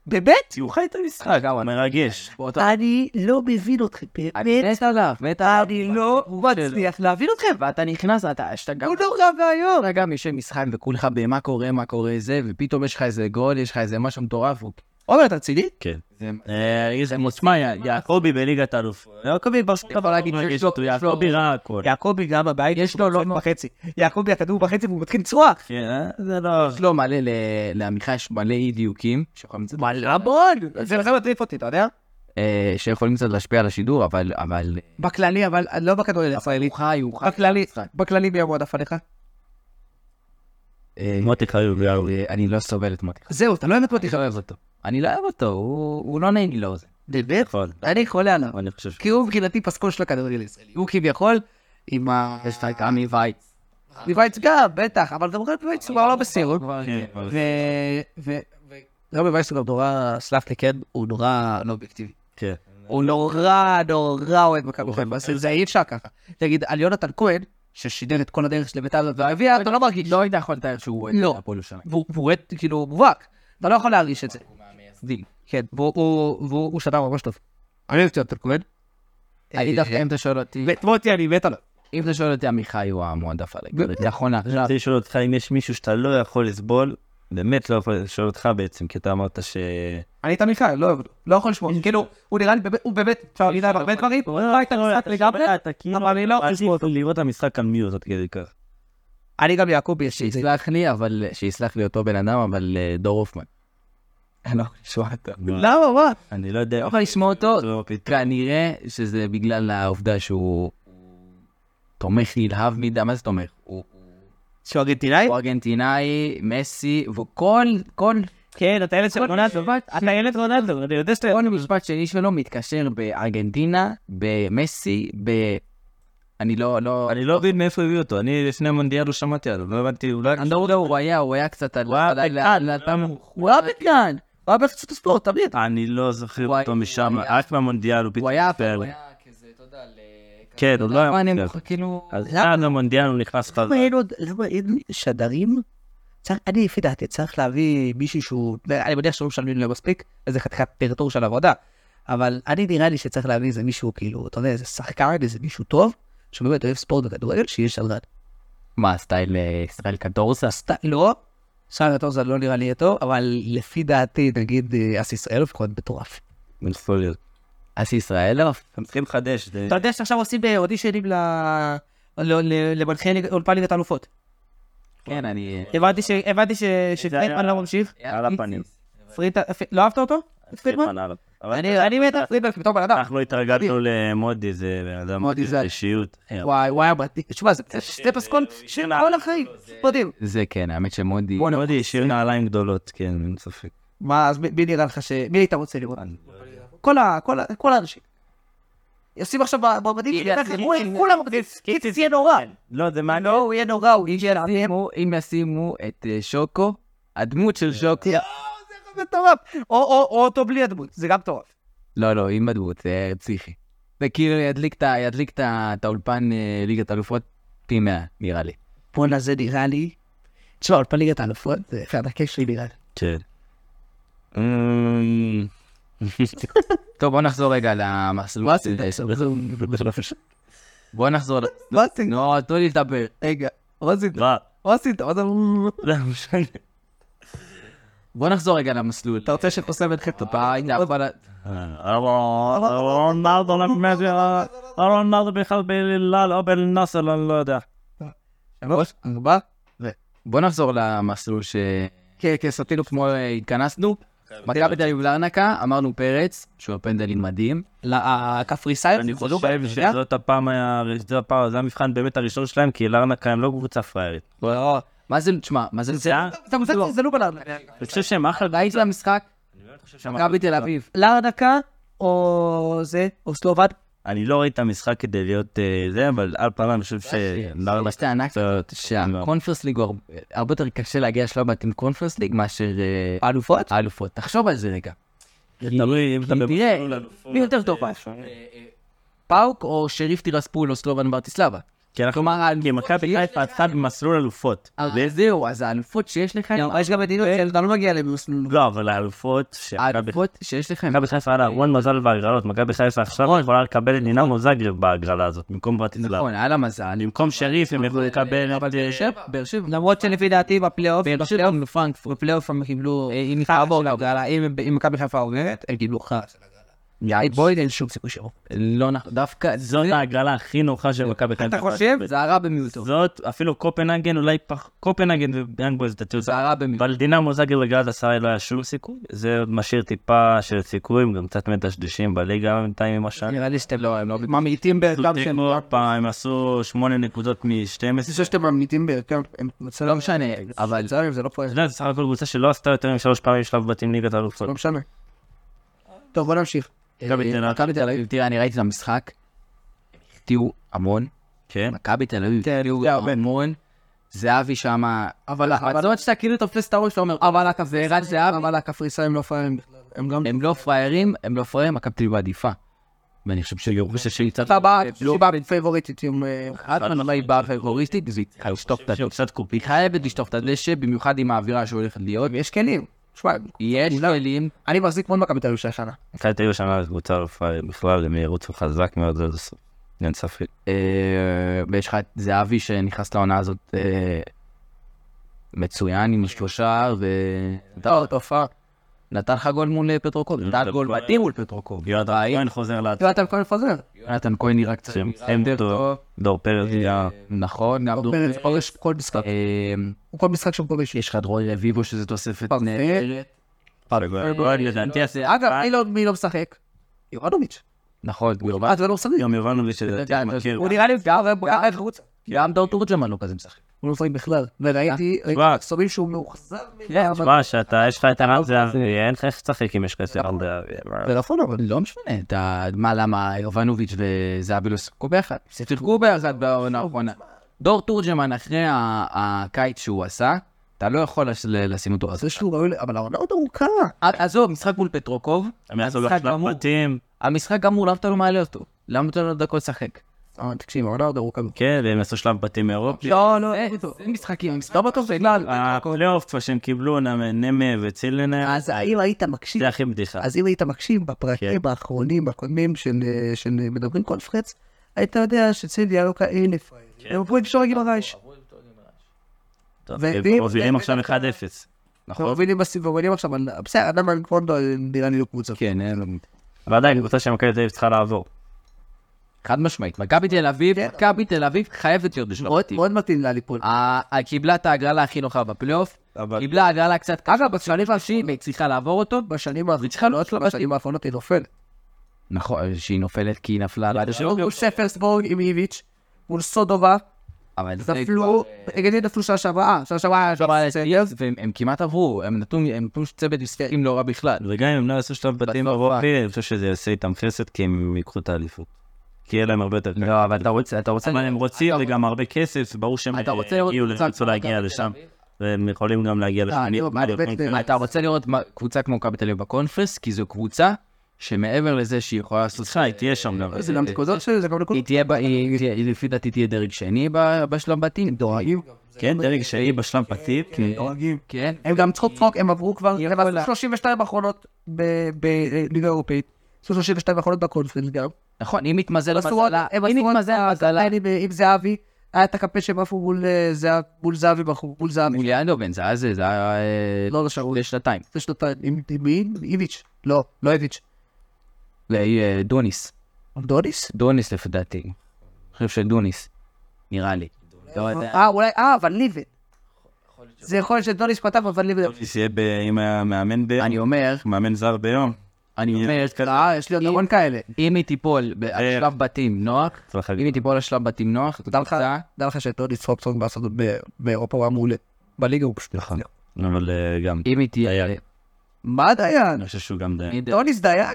A: באמת?
B: הוא חי את המשחק,
D: אה, גם אני.
B: מרגש.
D: באותו-
A: אני לא מבין אתכם,
D: אני
A: באמת.
D: מת עליו, מת עליו.
A: אני לא מצליח להבין אתכם.
D: ואתה נכנס, אתה שאתה גם...
A: הוא לא נורא ואיום.
D: אתה גם יושב משחק וכולך במה קורה, מה קורה זה, ופתאום יש לך איזה גול, יש לך איזה משהו מטורף. הוא-
A: עומר, אתה רציני?
B: כן.
D: זה- אה,
B: זה מושמע, יעקבי בליגת האלוף. יעקבי בשום
D: יכול להגיד שיש לו-
B: מרגש אותו,
D: יש לו-
B: יעקבי ראה הכל.
A: יעקובי גם בבית,
D: יש לו לא-
A: לא בחצי. יעקובי הכדור בחצי והוא מתחיל לצרוח.
B: כן, אה? זה לא...
D: יש לו מלא, ל- לעמיחי יש מלא אי דיוקים, שיכולים קצת-
A: וואלה בול! זה לכן מטריף אותי, אתה יודע?
D: אה, שיכולים קצת להשפיע על השידור, אבל... אבל... אה,
A: בכללי, אבל לא בכדורגל הישראלי.
D: הוא חי, הוא חי.
A: בכללי,
D: משחק.
A: בכללי מי המועדף עליך?
D: אה,
B: מוטי חיוב, יעקבי.
D: אה, אני לא סובל את מוטי.
A: זהו, אתה לא אוהב את
D: אני
A: מוטי
D: לא אוהב אותו. אני לא אוהב אותו, הוא הוא לא נעים לי לאוזן.
A: באמת?
B: נכון.
A: אני חולה עליו.
B: אני חושב ש...
A: כי הוא מבחינתי פסקול של הכדורגל הישראלי. הוא כביכול עם ה...
D: יש לך את עמי וייץ.
A: ויבייץ גם, בטח, אבל גם ויבייץ הוא כבר לא בסירוב.
B: כן, אבל-
A: ורבי לא, וייץ הוא גם נורא, סלח לי כן, הוא נורא לא אובייקטיבי.
B: כן.
A: הוא נורא נורא אוהד מכבי חיפה, זה- זה אי אפשר ככה. תגיד, על יונתן כהן, ששידר את כל הדרך של בית"ר והביאה, אתה לא מרגיש.
D: לא היית יכול לתאר שהוא אוהד
A: לא.
D: את הפועל ירושלים.
A: והוא והוא אוהד, כאילו, מובהק. אתה לא יכול להרגיש את זה. כן, והוא- הוא- והוא שדר ממש טוב. אה, כן. אני אוהב את יונתן כהן.
D: אני דווקא, אם אתה שואל אותי,
A: ואת מוטי אני מת עליו.
D: אם אתה שואל אותי, עמיחי הוא המועדף עליי.
A: באמת?
D: נכון,
A: לא.
D: עכשיו.
B: רציתי לשאול אותך אם יש מישהו שאתה לא יכול לסבול, באמת לא יכול לשאול אותך בעצם, כי אתה אמרת ש...
A: אני את עמיחי, לא, לא יכול לשמוע, כאילו, הוא נראה לי, באמת- הוא באמת, אפשר להגיד עליו הרבה דברים, הוא לא הייתה משחק לגמרי,
B: אתה כאילו...
A: אבל אני לא יכול לשמוע
B: עדיף
A: אותו.
B: לראות את המשחק על מיוט עד כדי כך.
A: אני גם יעקובי יש לי את זה.
D: שיסלח לי, אבל שיסלח לי אותו בן אדם, אבל אה, דור הופמן. אני לא יכול לשמוע אותו.
A: למה, מה?
B: אני לא יודע...
D: לא יכול לשמוע אותו,
B: לא, פתאום.
D: כנראה שזה בגלל העובדה שהוא תומך נלהב מדי, מה זה תומך? הוא
A: שהוא ארגנטינאי?
D: הוא ארגנטינאי, מסי, וכל כל-
A: כן, אתה ילד של
D: רונלדו.
A: אתה ילד רונלדו, אני יודע שאתה...
D: כל משפט שני שלו מתקשר בארגנטינה, במסי, ב... אני לא, לא...
B: אני לא מבין מאיפה הביאו אותו, אני לפני המונדיאל לא שמעתי עליו, לא הבנתי, אולי...
D: אני לא, לא, הוא היה, הוא היה קצת... על-
B: הוא היה
D: על- על-
B: בקאן.
D: על- על-
A: הוא היה בגן, הוא היה בחצות הספורט, תמיד.
B: אני לא זוכר
D: הוא
B: אותו
D: היה-
B: משם,
D: הוא היה-
B: רק מהמונדיאל הוא
D: הוא
B: פתאום...
D: היה...
B: התפעל.
D: הוא היה כזה, אתה יודע, ל...
B: כן, עוד לא היה
D: מה, אני
B: מונדיאל.
D: מוכר, כאילו...
B: אז עד המונדיאל הוא נכנס חזרה.
A: למה אין עוד, למה אין שדרים? צריך, אני לפי דעתי צריך להביא מישהו שהוא, אני מניח שלא משלמים לו מספיק, איזה חתיכת טריטור של עבודה, אבל אני נראה לי שצריך להביא איזה מישהו, כאילו, אתה יודע, איזה שחקן, איזה מישהו טוב, שבאמת אוהב ספורט וכדורגל, שיהיה שלרן.
D: מה, סטייל אה, ישראל קדורסה?
A: סת- לא, שר הטוב זה לא נראה לי יהיה טוב, אבל לפי דעתי, נגיד, אה, אס ישראל לפחות מטורף.
B: יכול להיות.
D: אז ישראל לא?
B: אתם צריכים לחדש, זה...
A: אתה יודע שעכשיו עושים אה, אודישנים ל- ל- ל- למנחי ליג- אולפן ליגת האלופות.
D: כן, אני...
A: הבנתי ש- הבנתי ש- שפרידמן לא ממשיך.
B: על הפנים.
A: פרידמן, לא אהבת אותו? פרידמן?
B: פרידמן על הפנים. אבל
A: אני אני מת על פרידמן בתור בן אדם.
B: אנחנו התרגלנו למודי, זה בן אדם...
A: מודי זה-
B: אישיות.
A: וואי, וואי, הבנתי. תשמע, זה- זה פסקול של כל החיים. מדהים.
D: זה כן, האמת שמודי...
B: מודי השאיר נעליים גדולות, כן, אין ספק.
A: מה, אז מי מי נראה לך ש... מי היית רוצה לראות? כל ה... כל ה- כל האנשים. ישים עכשיו במועמדים,
D: איליה
A: שלי,
D: סיני.
A: הוא- כולם מועמדים. איציק יהיה נורא.
B: לא, זה מעניין.
A: לא, הוא יהיה נורא, הוא יהיה נורא.
D: שימו- אם ישימו את אה, שוקו, הדמות של שוקו...
A: זה מטורף. או- או או אותו בלי הדמות, זה גם מטורף.
D: לא, לא, עם הדמות, זה פסיכי. זה כאילו ידליק את ה- ידליק את ה- את האולפן אה, ליגת אלופות פי 100, נראה לי.
A: בואנה, זה נראה לי... תשמע, אולפן ליגת האלופות, זה אחד הקש שלי נראה לי.
B: כן. אמ,
D: טוב, בוא נחזור רגע למסלול.
A: מה עשית?
D: בוא נחזור... ל-
A: מה לא עשית?
D: נו, תנו לי לדבר.
A: רגע, מה עשית?
B: לא,
A: מה עשית? מה זה-
B: לא משנה.
D: בוא נחזור רגע למסלול.
A: אתה רוצה שחוסם אתכם?
D: הביתה, אבל...
B: רונלדו לא מבין, רונלדו בכלל באלילאל או בנאסר, אני לא יודע.
A: שלוש, ארבע.
D: לא, בוא נחזור למסלול ש... כן, כן, סרטינו כמו אה, התכנסנו.
B: כן,
D: מכבי תל אביב לארנקה, אמרנו פרץ, שהוא הפנדלים מדהים. אה,
A: לקפריסאים?
B: אני
D: לא
B: חושב שזאת הפעם, ה- זה הפעם, זה המבחן באמת הראשון שלהם, כי לארנקה הם לא קבוצה פראיירית.
D: לא. מה זה, תשמע, מה זה...
B: אה?
A: אתה מוזג זה לא בלארנקה.
B: אני לא חושב שהם אחלה
D: ראית למשחק?
B: שם.
D: מכבי תל אביב.
A: לארנקה או זה, או סלובד.
B: אני לא ראיתי את המשחק כדי להיות אה, זה, אבל על פניו אני חושב אה,
D: יש
B: שלארנקה...
D: טענה
B: קצת-
D: שהקונפרס ליג הוא הרבה- הרבה יותר קשה להגיע לשלובת עם קונפרס ליג מאשר אה,
A: האלופות?
D: האלופות. תחשוב על זה רגע.
B: זה תלוי אם אתה
D: כי תראה,
B: במסלול אלופות,
A: מי יותר טוב?
B: אה,
D: פאוק או שריף טירספול או סלובן ברטיסלבה.
B: כי אנחנו...
D: כלומר,
B: כי
D: האלופות
B: מכבי
D: שיש
B: חיפה עשתה במסלול אלופות.
D: הרי זהו, אז האלופות שיש לך,
A: יש גם מדינות שאתה לא מגיע למסלול.
B: לא, אבל האלופות... שמכבי
D: האלופות שיש לך, הם-
B: מכבי חיפה
A: אוקיי.
B: היה לה המון מזל בהגרלות, מכבי חיפה עכשיו
A: נכון.
B: יכולה לקבל את דינמו זגרב בהגרלה הזאת, במקום ברטיסלב.
D: נכון, היה לה מזל.
B: במקום שריף
A: אה,
B: הם יכולים לקבל אה,
D: אבל
B: את...
D: באר שבע, באר שבע,
A: למרות שלפי דעתי בפלייאוף,
D: באר שבע, אה,
A: בפלייאוף, בפלייאוף הם קיבלו, אם אם מכבי חיפה עוברת, הם כאילו קיבלו חס.
D: יאי,
A: בואי אין שום סיכוי שלו.
D: לא נכון, דווקא,
B: זאת ההגרלה הכי נוחה של מכבי חיפה.
A: אה, אתה חושב?
D: זה הרע במיעוטו,
B: זאת, אפילו קופנהגן, אולי פח... קופנהגן וביאנגבויז דעתי
D: זה
B: אותה.
D: הרע במיעוטו.
B: אבל דינמו זגרב לגלת עשרה לא היה שום סיכוי, זה עוד משאיר טיפה של סיכויים, גם קצת מדשדשים בליגה בינתיים עם השנה.
A: נראה לי שאתם לא, הם לא... ממעיטים בערכם
D: אה,
B: עשו
A: שהם...
B: תיקו עוד פעם, הם עשו שמונה נקודות מ-12.
A: אני חושב שאתם ממעיטים בערכם, הם
D: לא משנה, אבל
A: מצלמים, זה לא פועל.
B: אתה יודע, זה סך הכל קבוצה שלא עשתה יותר משלוש פעמים שלב בתים ליגת האלופות.
A: לא משנה. טוב, בוא נמשיך.
B: מכבי תל
A: אה,
B: אביב.
D: מכבי תל אביב, תראה, אני ראיתי את המשחק, הפתיעו המון,
B: כן.
D: מכבי תל אביב,
A: כן,
D: הפתיעו
A: זה הרבה.
D: המון, זהבי שמה,
A: אבל...
D: אבל זאת שאתה כאילו תופס את הראש ואומר, אבל הקפריסאים, זה ערן זהבי,
A: אבל הקפריסאים לא פראיירים בכלל. הם גם...
D: הם לא פראיירים, הם לא פראיירים, מכבי תל אביב עדיפה. ואני חושב שהיא חושב שהיא קצת...
A: אתה בא, שהיא באה בפייבוריטית עם... אה,
D: חד משמעית באה פייבוריסטית, והיא צריכה לשטוף את
B: שוב,
D: הדשא.
B: קצת קופי.
D: היא חייבת לשטוף את הדשא, במיוחד עם האווירה שהולכת להיות.
A: יש כלים. תשמע,
D: יש כלים,
A: אני מחזיק מאוד מכבי תל אביב של השנה.
B: מכבי תל אביב שנה קבוצה אלופה בכלל, הם ירוצו חזק מאוד עד הסוף. אין ספק.
D: אה, ויש לך את זהבי שנכנס לעונה הזאת אה, מצוין עם שלושה, ו... טוב, תופעה. נתן לך גול מול אה, פטרוקוב, כן. נתן גול
B: כהן.
D: מדהים מול פטרוקוב.
B: יונתן כהן חוזר לעצמם.
A: יונתן כהן חוזר.
D: יונתן כהן נראה קצת
B: שהם
D: נראה יותר
B: אותו.
D: טוב.
B: דור פרץ
D: אה,
B: היה...
D: נכון, גם דור
A: פרץ פוגש כל משחק.
D: אה,
A: הוא כל משחק שהוא פוגש.
D: יש לך את רוי רביבו שזה תוספת
A: פרפה.
D: נהדרת.
B: פרגוואל, לדעתי עשה...
A: אגב, מי לא- מי לא משחק? יורדוביץ'.
D: נכון, גורבן.
A: אה, זה לא משחק.
B: יום יובנוביץ' שלדעתי
D: אה,
B: מכיר.
A: הוא נראה לי גם איך חוצה.
D: גם דור תורג'מן לא כזה משחק.
A: הוא לא משחק בכלל. וראיתי,
B: תשמע.
A: ראיתי סובים שהוא מאוכזב. כן, אבל-
B: תשמע, שאתה, יש לך את הרב זהבי, אין לך איך לשחק אם יש לך את הרב זהבי.
A: זה נכון אבל.
D: לא משנה, אתה... מה, למה יובנוביץ' וזהבי לא שיחקו ביחד? שיחקו ביחד בעונה האחרונה. דור תורג'מן אחרי ה- הקיץ שהוא עשה, אתה לא יכול לש- ל- לשים אותו. אז
A: זה שהוא ראוי, ל- אבל העונה עוד ארוכה.
D: עזוב, משחק מול פטרוקוב,
B: הם יעשו גם
A: אה,
D: המשחק
B: לא שלב
D: גמור.
B: בתים.
D: המשחק גמור, למה אתה לא מעלה אותו? למה אתה לא נותן לו דקות לשחק?
A: אבל תקשיב, העונה עוד ארוכה.
B: כן, והם עשו שלב בתים מאירופה.
A: לא, לא,
D: אה, זה משחקים,
A: לא בטוח בכלל.
B: הפלייאוף שהם קיבלו, נאמה- נמה וצילנה,
A: אז אם היית מקשיב,
B: זה הכי בדיחה.
A: אה, אז אם היית מקשיב בפרקים האחרונים, בקודמים של אה, של, אה, מדברים קונפרנס, היית יודע שצילי היה לו כאלה פריירים. הם עברו את שור גיל הרייש.
B: טוב,
A: ו-
B: הם
A: ואם- אה,
B: מובילים
A: ו-
B: עכשיו 1-0.
A: אנחנו מובילים בסיבובים עכשיו, אבל בסדר, אדם קונדו נראה לי לא קבוצה.
D: כן, אין לו...
B: אבל עדיין, קבוצה שמכבי תל אביב צריכה לעבור.
D: חד משמעית. מכבי תל אביב, מכבי תל אביב חייבת להיות בשלב
A: מאוד
D: בתים.
A: מאוד מתאים לה ליפול.
D: ה- ה- קיבלה את ההגרלה הכי נוחה בפלייאוף, קיבלה הגרלה קצת קשה,
A: אגב, בשנים
D: שהיא
A: האחרונות-
D: צריכה לעבור אותו.
A: בשנים
D: צריכה
A: האחרונות,
D: לעלות לבתים.
A: בשנים האחרונות היא נופלת.
D: נכון, שהיא נופלת כי היא נפלה על הדשא.
A: מול שפרסבורג עם איביץ', מול סודובה,
D: אבל זה
A: נפלו, נגד זה נפלו שעה שעברה, שעה שעברה היה
D: כבר...
A: סט.
D: והם הם כמעט עברו, הם נתנו הם נתנו צוות משחקים לא רע בכלל.
B: וגם אם הם לא יעשו שלב בתים
D: בסוף,
B: אירופי, אני חושב שזה יעשה איתם חסד, כי הם ייקחו את האליפות. כי יהיה להם הרבה יותר
A: כן.
B: קל.
D: לא, אבל אתה רוצה, אתה רוצה...
B: אבל הם רוצים, וגם הרבה כסף, ברור שהם
D: אתה
B: אה,
D: רוצה לראות
B: הגיעו
D: קבוצה
B: לרצו
D: כמו
B: להגיע
D: מכבי
B: לשם,
D: תל אביב? לא,
B: והם יכולים גם להגיע לשם. כן,
A: אני- מה, באמת, באמת.
D: אתה רוצה לראות מה- קבוצה כמו מכבי תל אביב בקונפרס, כי זו קבוצה שמעבר לזה שהיא יכולה לעשות...
B: סליחה, היא תהיה שם
D: אה,
B: גם.
A: זה גם נקודות שלי, זה גם נקודות.
D: היא תהיה, ב- היא תהיה- היא לפי דעתי תהיה דרג שני ב- בשלב בתים.
A: דואגים.
B: כן, דרג שני בשלב בתים.
A: דואגים.
D: כן.
A: הם גם צריכות צחוק, הם עברו כבר, הם
D: יכולה.
A: עשו 32 האחרונות בליגה האירופאית, עשו 32 האחרונות בקונפרנס גם.
D: נכון, אם מתמזל
A: הם עשו עוד-
D: מזלה,
A: הם
D: אם
A: עשו עוד
D: מתמזל מזלה,
A: הטיילים עם זהבי, היה את הקפה שהם עפו מול, אה, זהב- מול זהבי בחור, מול זהבי.
D: מול ינדובן, זה היה זה, זה היה... אה,
A: לא, לא שרו.
D: לשנתיים.
A: לפני שנתיים, עם עם מי? עם איביץ'. לא, לא איביץ'.
D: זה היה, אה, דוניס.
A: דוניס?
D: דוניס לפי דעתי. אני חושב שדוניס, נראה לי. לא יודע.
A: אה, אולי, אה, אבל ליבן. זה יכול להיות שדוניס פתח, אבל ליבן.
B: שיהיה ב- אם היה מאמן ביום,
D: אני אומר,
B: מאמן זר ביום.
D: אני אומר,
A: אה, יש לי עוד המון כאלה.
D: אם היא תיפול ב- על
B: אה.
D: שלב בתים נוח,
B: הצלחה
D: אם
B: גדולה.
D: היא תיפול על שלב בתים נוח, זאת
A: תודה לך.
D: קבוצה,
A: דע לך שדוניס פוקסון בארצות באירופה הוא היה מעולה. בליגה הוא פשוט.
B: נכון. אבל אה, גם,
D: אם היא תהיה...
B: דיין.
A: מה
D: לא
A: דיין?
B: אני חושב שהוא גם דיין.
D: אני יודע-
A: דוניס דייג?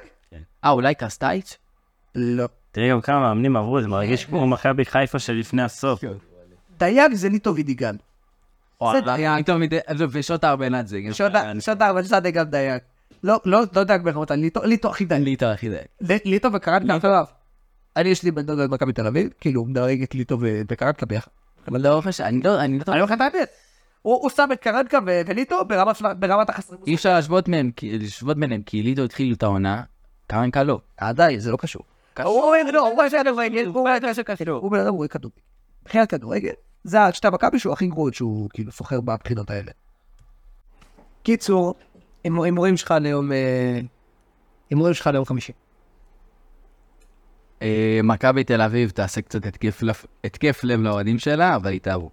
D: אה, אולי קרסטייץ'?
A: לא.
B: תראה גם כמה מאמנים עברו, זה מרגיש כמו מכבי חיפה שלפני הסוף.
A: דייג זה ליטו וידיגן.
D: זה היה יותר מדי, עזוב, ושעות ארבנאצ'ה.
A: שודה- שודה אבל שדה גם דייג. לא, לא, לא דייג ברמות, ליטו, ליטו הכי דייג.
D: ליטר הכי די.
A: ל- ליטו וקרנקה אחריו. אני יש לי בן דוד במכבי תל אביב, כאילו הוא מדרג את ליטו ו- וקרנקה ביחד.
D: אבל לא, חושב- אני לא, אני לא...
A: אני אומר לך את האמת. הוא הוא שם את קרנקה ו- וליטו ברמה של- ברמת החסרים.
D: אי אפשר להשוות מהם, כי- להשוות ביניהם, כי ליטו התחיל את העונה, קרנקה לא.
A: עדיין, זה לא קשור. הוא אומר, לא, הוא רואה כדורגל, הוא רואה כדורגל, הוא בן אדם רואה כדורגל. מבחינת כדורגל, זה השתי מכבי שהוא הכי גרוע שהוא כאילו סוחר בבחינות האלה. קיצור, הימור- הימורים שלך ליום... אה, הימורים שלך ליום חמישי.
D: אה, מכבי תל אביב תעשה קצת התקף לב- התקף לב לאוהדים שלה, אבל היא תעבור.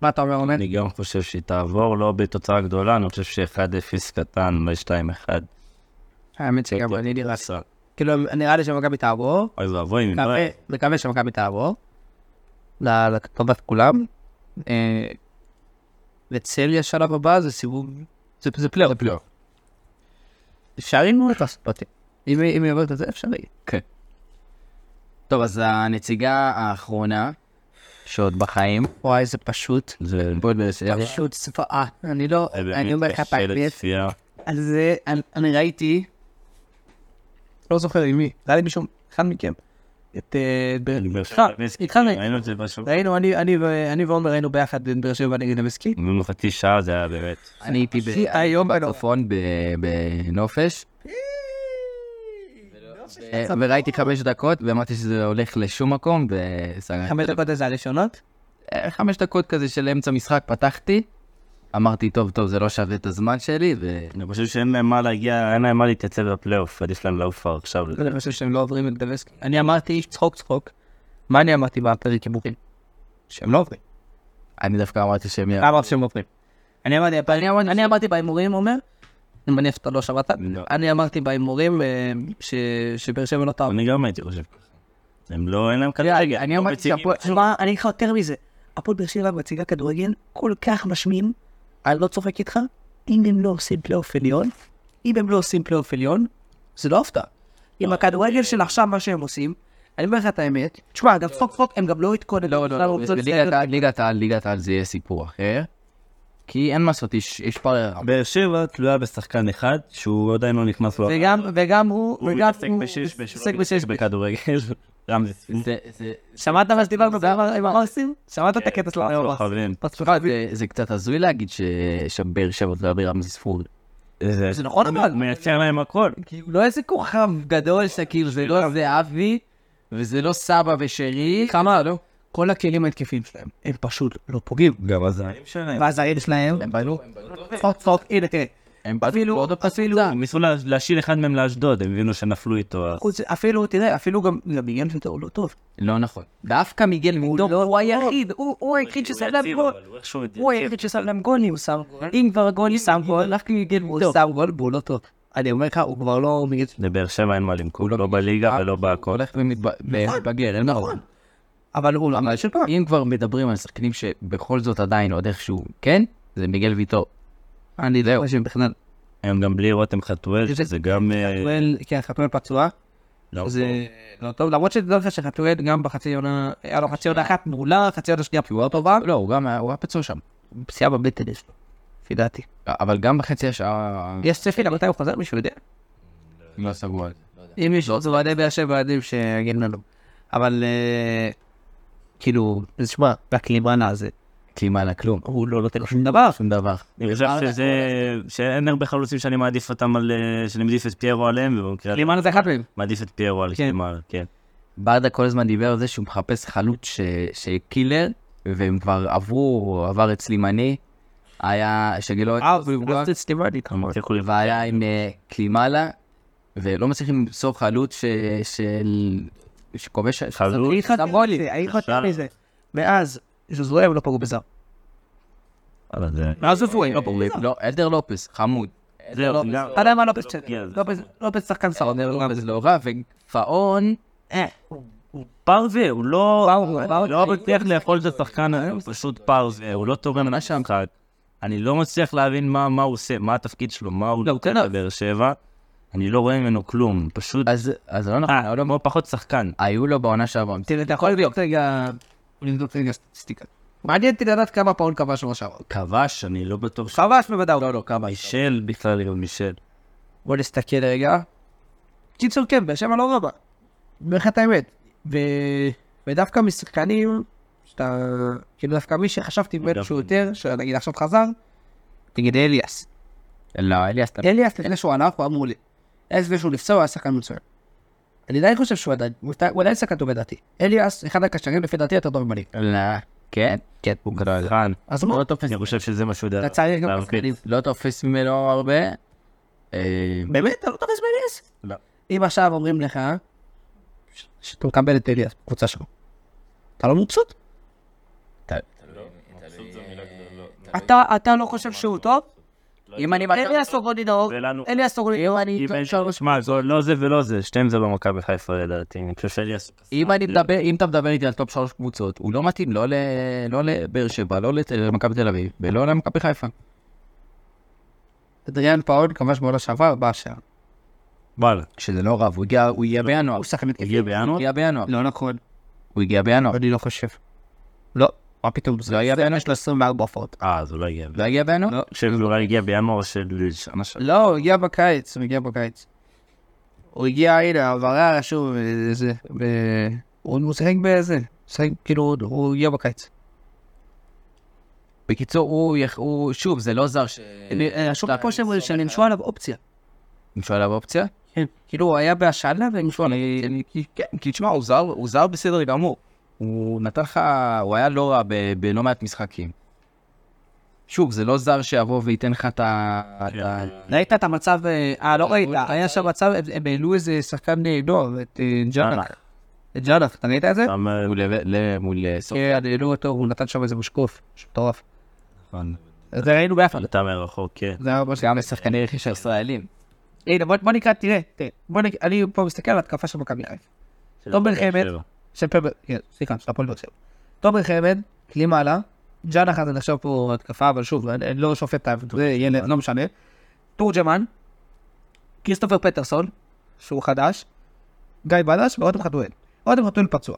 A: מה אתה אומר, רונן?
B: אני גם חושב שהיא תעבור, לא בתוצאה גדולה, אני חושב ש-1-0 קטן, אולי 2-1.
A: האמת שגם אני נראה לי. כאילו, נראה לי שמכבי תעבור.
B: אוי ואבוי, אם לא...
A: מקווה- מקווה שמכבי תעבור. ל- לטובת כולם. אה, וצליה השלב הבא זה סיבוב... זה זה פלייאוף. אפשרי מאוד לעשות בתים. אוקיי. אם היא אם היא עוברת את זה, אפשרי.
D: טוב, אז הנציגה האחרונה, שעוד בחיים,
A: וואי, זה פשוט.
B: זה
D: הפועל באר שבע.
A: פשוט זוועה. אני לא...
B: זה
A: אני אומר
B: אה, באמת
A: לך את
B: קשה
A: האמת.
B: לצפייה.
A: על זה, אני- אני ראיתי... לא זוכר עם מי. זה היה לי מישהו, אחד מכם. את... אה, ב-
B: לא, אני אומר
A: איתך,
B: שהאמת,
A: איתך ראיתי.
B: ראינו את זה בשבוע.
A: ראינו, אני- אני ו- אני ועומר היינו ביחד בין באר שבע נגד נבסקי.
B: נו, חצי שעה זה היה באמת.
D: אני הייתי ב-
A: הכי איום
D: הייתי בצפון ב- בנופש. אה, וראיתי חמש דקות, ואמרתי שזה הולך לשום מקום, וסגרתי.
A: חמש דקות הזה הראשונות.
D: אה, חמש דקות כזה של אמצע משחק פתחתי, אמרתי, טוב, טוב, זה לא שווה את הזמן שלי, ו...
B: אני חושב שאין להם מה להגיע, אין להם מה להתייצב בפלייאוף, עדיף להם לעוף כבר עכשיו.
A: אני חושב שהם לא עוברים את דבסקי. אני אמרתי, צחוק צחוק. מה אני אמרתי בפרק הימורים? שהם לא עוברים.
D: אני דווקא אמרתי שהם
A: אתה
D: יעברו.
A: אמרת שהם עוברים. אני אמרתי, אני אמרתי- אני אמרתי בהימורים, אומר, אני מניח שאתה לא שמעת,
B: לא.
A: אני אמרתי בהימורים אה, ש- שבאר שבע לא תעבור.
B: אני גם הייתי חושב ככה. הם לא, אין להם
D: אני-
B: כדורגל.
D: אני
B: לא
D: אמרתי
B: מציגים.
D: שהפועל-
A: תשמע, אני אגיד לך יותר מזה. הפועל באר שבע מציגה כדורגל כל כך משמים, אני לא צוחק איתך, אם הם לא עושים פלייאוף עליון, אם הם לא עושים פלייאוף עליון, זה לא הפתעה. עם הכדורגל של עכשיו, מה שהם עושים, אני אומר לך את האמת, תשמע, גם צחוק צחוק, הם גם לא התכוננו.
D: לא, לא, לא, בליגת העל- ליגת העל, ליגת העל זה יהיה סיפור אחר. כי אין מה לעשות, יש יש פער...
B: באר שבע תלויה בשחקן אחד, שהוא עדיין לא נכנס לו.
A: וגם, וגם הוא,
B: הוא
A: וגם
B: מתעסק בשש בשש.
A: מתעסק בשש.
B: בכדורגל. רמזי ספורט.
D: זה- זה-
E: שמעת מה שדיברנו
D: זה-
E: עם האוסים? שמעת את הקטע שלנו עם
B: לא
E: האוסים?
B: חברים.
E: מצליחה להבין.
D: זה- זה קצת הזוי להגיד שבאר שבע זה אביר רמזי ספורי.
B: זה נכון אבל. הוא מייצר להם הכל.
D: כאילו, לא איזה כוכב גדול שכאילו, זה לא זה אבי, וזה לא סבא ושרי. כמה, לא?
A: כל הכלים ההתקפיים שלהם, הם פשוט לא פוגעים.
B: גם הזרים שלהם.
A: ואז הילד שלהם, הם בנו, צחוק צחוק, הנה תראה,
D: הם אפילו, אפילו,
B: הם ניסו לה- להשאיל אחד מהם לאשדוד, הם הבינו שנפלו איתו. אז-
A: חוץ- אפילו, תראה, אפילו גם, גם מיגל שלו הוא לא טוב.
D: לא נכון. לא- דווקא מיגל מידור,
A: הוא היחיד, הוא הוא היחיד ששם להם גול.
B: אבל הוא איכשהו
A: הוא היחיד ששם להם גולים, הוא שם גול. אם כבר גולים שם גול,
D: דווקא מיגל
A: הוא
D: מידור.
A: שם גול והוא לא טוב. אני אומר לך, הוא כבר לא מיגל.
B: לבאר שבע אין מה למכור, לא בליגה ולא בהכל.
D: הולך ומתבגר, אין נכון.
A: אבל הוא לא של פעם.
D: אם כבר מדברים על שחקנים שבכל זאת עדיין עוד איכשהו, כן? זה מיגל ויטור. אני לא חושב בכלל.
B: הם גם בלי רותם חתואל, שזה גם... אה,
A: חתואל, כן, חתואל פצוע,
B: לא
A: זה לא טוב, למרות שתדע לך שחתואל גם בחצי עונה, היה לו חצי עונה אחת מעולה, חצי עונה שנייה פצועה טובה,
D: לא, הוא גם היה- הוא היה פצוע שם.
A: פציעה בבטן יש לו, לפי דעתי.
D: אבל גם בחצי השעה...
A: יש צפי למתי הוא חוזר, מישהו יודע?
D: לא סגרו על זה.
A: אם יש עוד אוהדי באר שבע אוהדים שיגידו לנו. אבל אה, כאילו, אז שמע, והקלימנה הזה,
D: קלימאלה, כלום.
A: הוא לא נותן לו שום דבר.
D: שום דבר.
B: אני חושב שזה... שאין הרבה חלוצים שאני מעדיף אותם על... אה, שאני מעדיף את פיירו עליהם, ובמקרה...
A: קלימנה זה אחד מהם.
B: מעדיף את פיירו על קלימאל, כן.
D: ברדה כל הזמן דיבר על זה שהוא מחפש חלוץ ש... שקילר, והם כבר עברו, הוא עבר את סלימני, היה שגילו את...
A: אה, הוא לא נותן סטימני.
B: הצליחו לבד.
D: והיה עם אה, קלימאלה, ולא מצליחים למצוא חלוץ ש... של... שכובש...
B: חלוץ.
A: איך אתה
D: סבולי.
A: מזה? איך אתה
B: שאלה.
A: מזה? מאז, ז'וזוי הם לא פגעו בזר.
B: אבל זה...
A: מאז ז'וזוי הם לא פגעו בזר.
D: לא, אלדר לופס, חמוד.
B: זהו,
D: לא,
B: גם-
A: אתה יודע מה לא לופס צ'ק.
B: הגיע לזה.
A: לופס שחקן שר.
D: אלדר לופס לא רע, ופאון,
B: הוא פרווה, הוא לא...
A: פרווה, פרווה.
B: אני לא מצליח לאכול את השחקן הזה, הוא פשוט פרווה, הוא לא תורם למשחק. אני לא מצליח להבין מה מה הוא עושה, מה התפקיד שלו, מה הוא...
A: לא, הוא כנף.
B: בבאר שבע. אני לא רואה ממנו כלום, פשוט...
D: אז אז לא נכון,
B: אה, הוא לא- פחות שחקן.
D: היו לו בעונה שעברה.
A: תראה, אתה יכול לבדוק רגע, לבדוק רגע סטטיסטיקה. מעניין אותי לדעת כמה פאון כבש במה שעבר.
B: כבש, אני לא בטוח ש...
A: כבש בוודאות. לא, לא,
B: מישל בכלל, ירון מישל.
A: בוא נסתכל רגע. קיצור, כן, באר שבע לא רבה. אני אומר לך את האמת. ו... ודווקא משחקנים, שאתה... כאילו דווקא מי שחשבתי באמת
B: דווקא.
A: שהוא יותר, שנגיד עכשיו חזר, נגיד אליאס.
D: לא, אליאס, אתה-
A: אליאס, לפני שהוא הלך, הוא אמור לי. אליאס לפני שהוא נפצע, הוא היה שחקן מצוין. אני עדיין חושב שהוא עדיין, הוא עדיין- הוא עדיין שחקן טוב לדעתי. אליאס, אחד הקשרים לפי דעתי יותר טוב ממני.
D: לא, כן, כן, הוא גדול.
B: חן,
A: אז
D: לא
A: מה?
D: תופס
B: אני חושב שזה מה שהוא יודע.
A: לצערי גם
B: להרביץ.
A: השחקנים.
D: לא תופס ממנו הרבה. אה,
A: באמת? אתה לא תופס באליאס?
B: לא.
A: אם עכשיו אומרים לך, ש- שאתה מקבל את אליאס בקבוצה שלו, אתה לא מבסוט? אתה, אתה לא חושב שהוא טוב?
D: לא, אם אני
A: אין לי הסוגוני נאור,
B: ולנו-
A: אין לי הסוגוני נאור, אני...
B: אם אין- שמע, זה לא זה ולא זה, שתיהם זה לא מכבי חיפה לדעתי, אני חושב שאליאס...
D: אם אני מדבר, אם אתה מדבר איתי על טופ שלוש קבוצות, הוא לא מתאים לא ל- לא לבאר שבע, לא לת- למכבי תל אביב, ולא למכבי חיפה.
A: אדריאן פאון כבש בעונה שעברה ארבעה שער.
B: וואלה,
D: שזה לא רב, הוא הגיע- הוא הגיע בינואר.
A: הוא שחקן התקפי.
B: הגיע בינואר?
D: הוא הגיע בינואר.
A: לא נכון,
D: הוא הגיע בינואר.
A: אני לא חושב. לא, מה פתאום?
D: לא היה
A: זה יש לו 24 הופעות.
B: אה, אז אולי הגיע.
D: לא הגיע בינואר?
B: אני חושב שזה אולי הגיע בינואר של שנה שעברה.
A: לא, הוא הגיע בקיץ, הוא הגיע בקיץ. הוא הגיע, הנה, העברה שוב, זה... ב- הוא הוא שיחק בזה. שיחק, כאילו, הוא- הוא הגיע בקיץ.
D: בקיצור, הוא יח- הוא, שוב, זה לא זר ש...
A: רשום פה שהם נמשו עליו אופציה.
D: נמשל עליו אופציה?
A: כאילו, הוא היה בהשאלה והם נמשו עליו.
D: אני- כי- כן, כי תשמע, הוא זר, הוא זר בסדר גמור. הוא נתן לך, הוא היה לא רע ב- בלא מעט משחקים. שוב, זה לא זר שיבוא וייתן לך את ה...
A: כן.
D: לא, את ה-
A: ראית את המצב, אה, אה, לא ראית, היה שם מצב, הם- הם העלו איזה שחקן אה, נוער, את אה, ג'אנק. את ג'אנק, אתה ראית את זה?
B: גם, אה,
D: לא, מול ל- מול אה, סוף.
A: כן, העלו אותו, הוא נתן שם איזה משקוף, מטורף.
D: נכון.
A: זה ראינו ביחד.
B: אתה מרחוק, כן.
A: אה. זה היה ממש...
D: גם לשחקני רכש הישראלים.
A: הנה, בוא בוא נקרא, תראה, תראה, בוא נק- אני פה מסתכל על התקפה של מכבי חיפה. תום בן לא חמד, של פבל, כן, סליחה, של הפועל באר שבע. תום בן חמד, קלימאלה, ג'אנק זה נחשב פה התקפה, אבל שוב, אני אני לא שופט את ה... זה ילד, לא משנה. תורג'מן, כריסטופר פטרסון, שהוא חדש, גיא בלש ואותם חתואל. אודם חתואל פצוע.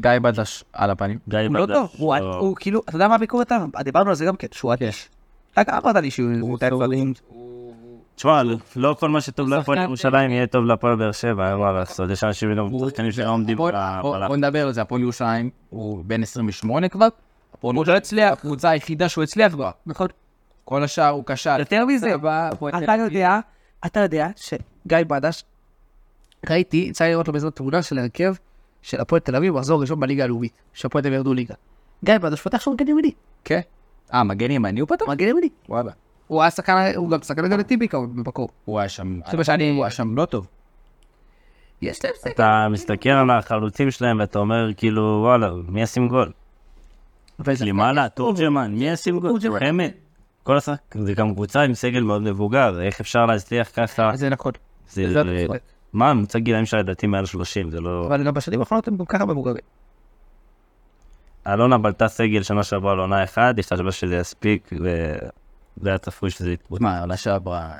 D: גיא בדש על הפנים.
B: גיא
A: הוא לא
B: בדש,
A: טוב, הוא-
B: לא.
A: הוא כאילו, אתה יודע מה הביקורת עליו? דיברנו על זה גם כן, שהוא עד יש. אתה גם אמרת לי שהוא... הוא
B: תשמע, לא כל מה שטוב להפועל ירושלים יהיה טוב להפועל באר שבע, אין מה לעשות, יש אנשים שלא שחקנים שלא עומדים
D: בוא-
B: ב-
D: בוא-
B: בלחץ.
D: בוא נדבר על זה, הפועל ירושלים הוא בן 28 כבר, הפועל הוא לא הצליח, הקבוצה היחידה שהוא הצליח בה.
A: נכון.
D: כל השאר הוא כשל.
A: יותר מזה,
D: סבבה, הפועל תל
A: אתה
D: אביב.
A: יודע, אתה יודע שגיא בדש, ראיתי, יצא לי לראות לו באיזו תמונה של ההרכב של הפועל תל אביב, הוא מחזור ראשון בליגה הלאומית, שהפועל תל אביב ירדו ליגה. גיא בדש פתח שם מגן ימני,
D: כן. אה, מגן ימני הוא פתאום?
A: מגן ימני.
D: וואלה.
A: הוא היה שחקן, הוא גם שחקן גם לטיבי כמובן, במקור.
D: הוא היה שם,
A: זה מה שאני-
D: הוא היה שם לא טוב.
A: יש להם סגל.
B: אתה מסתכל על החלוצים שלהם ואתה אומר, כאילו, וואלה, מי ישים גול? כאילו, לימאללה, תורג'מן, מי ישים גול?
A: תורג'מן.
B: אמת. כל השחק, זה גם קבוצה עם סגל מאוד מבוגר, איך אפשר להצליח ככה?
A: זה נכון. אה.
B: זה-
A: זה-
B: זה- מה, ממוצע גילאים של לדעתי מעל 30, זה לא...
A: אבל גם בשנים האחרונות הם גם ככה מבוגרים.
B: אלונה בלטה סגל שנה שעברה על עונה אחת, היא חשבה שזה יספיק, וזה היה צפוי שזה יתפוץ.
D: מה, עונה שעברה...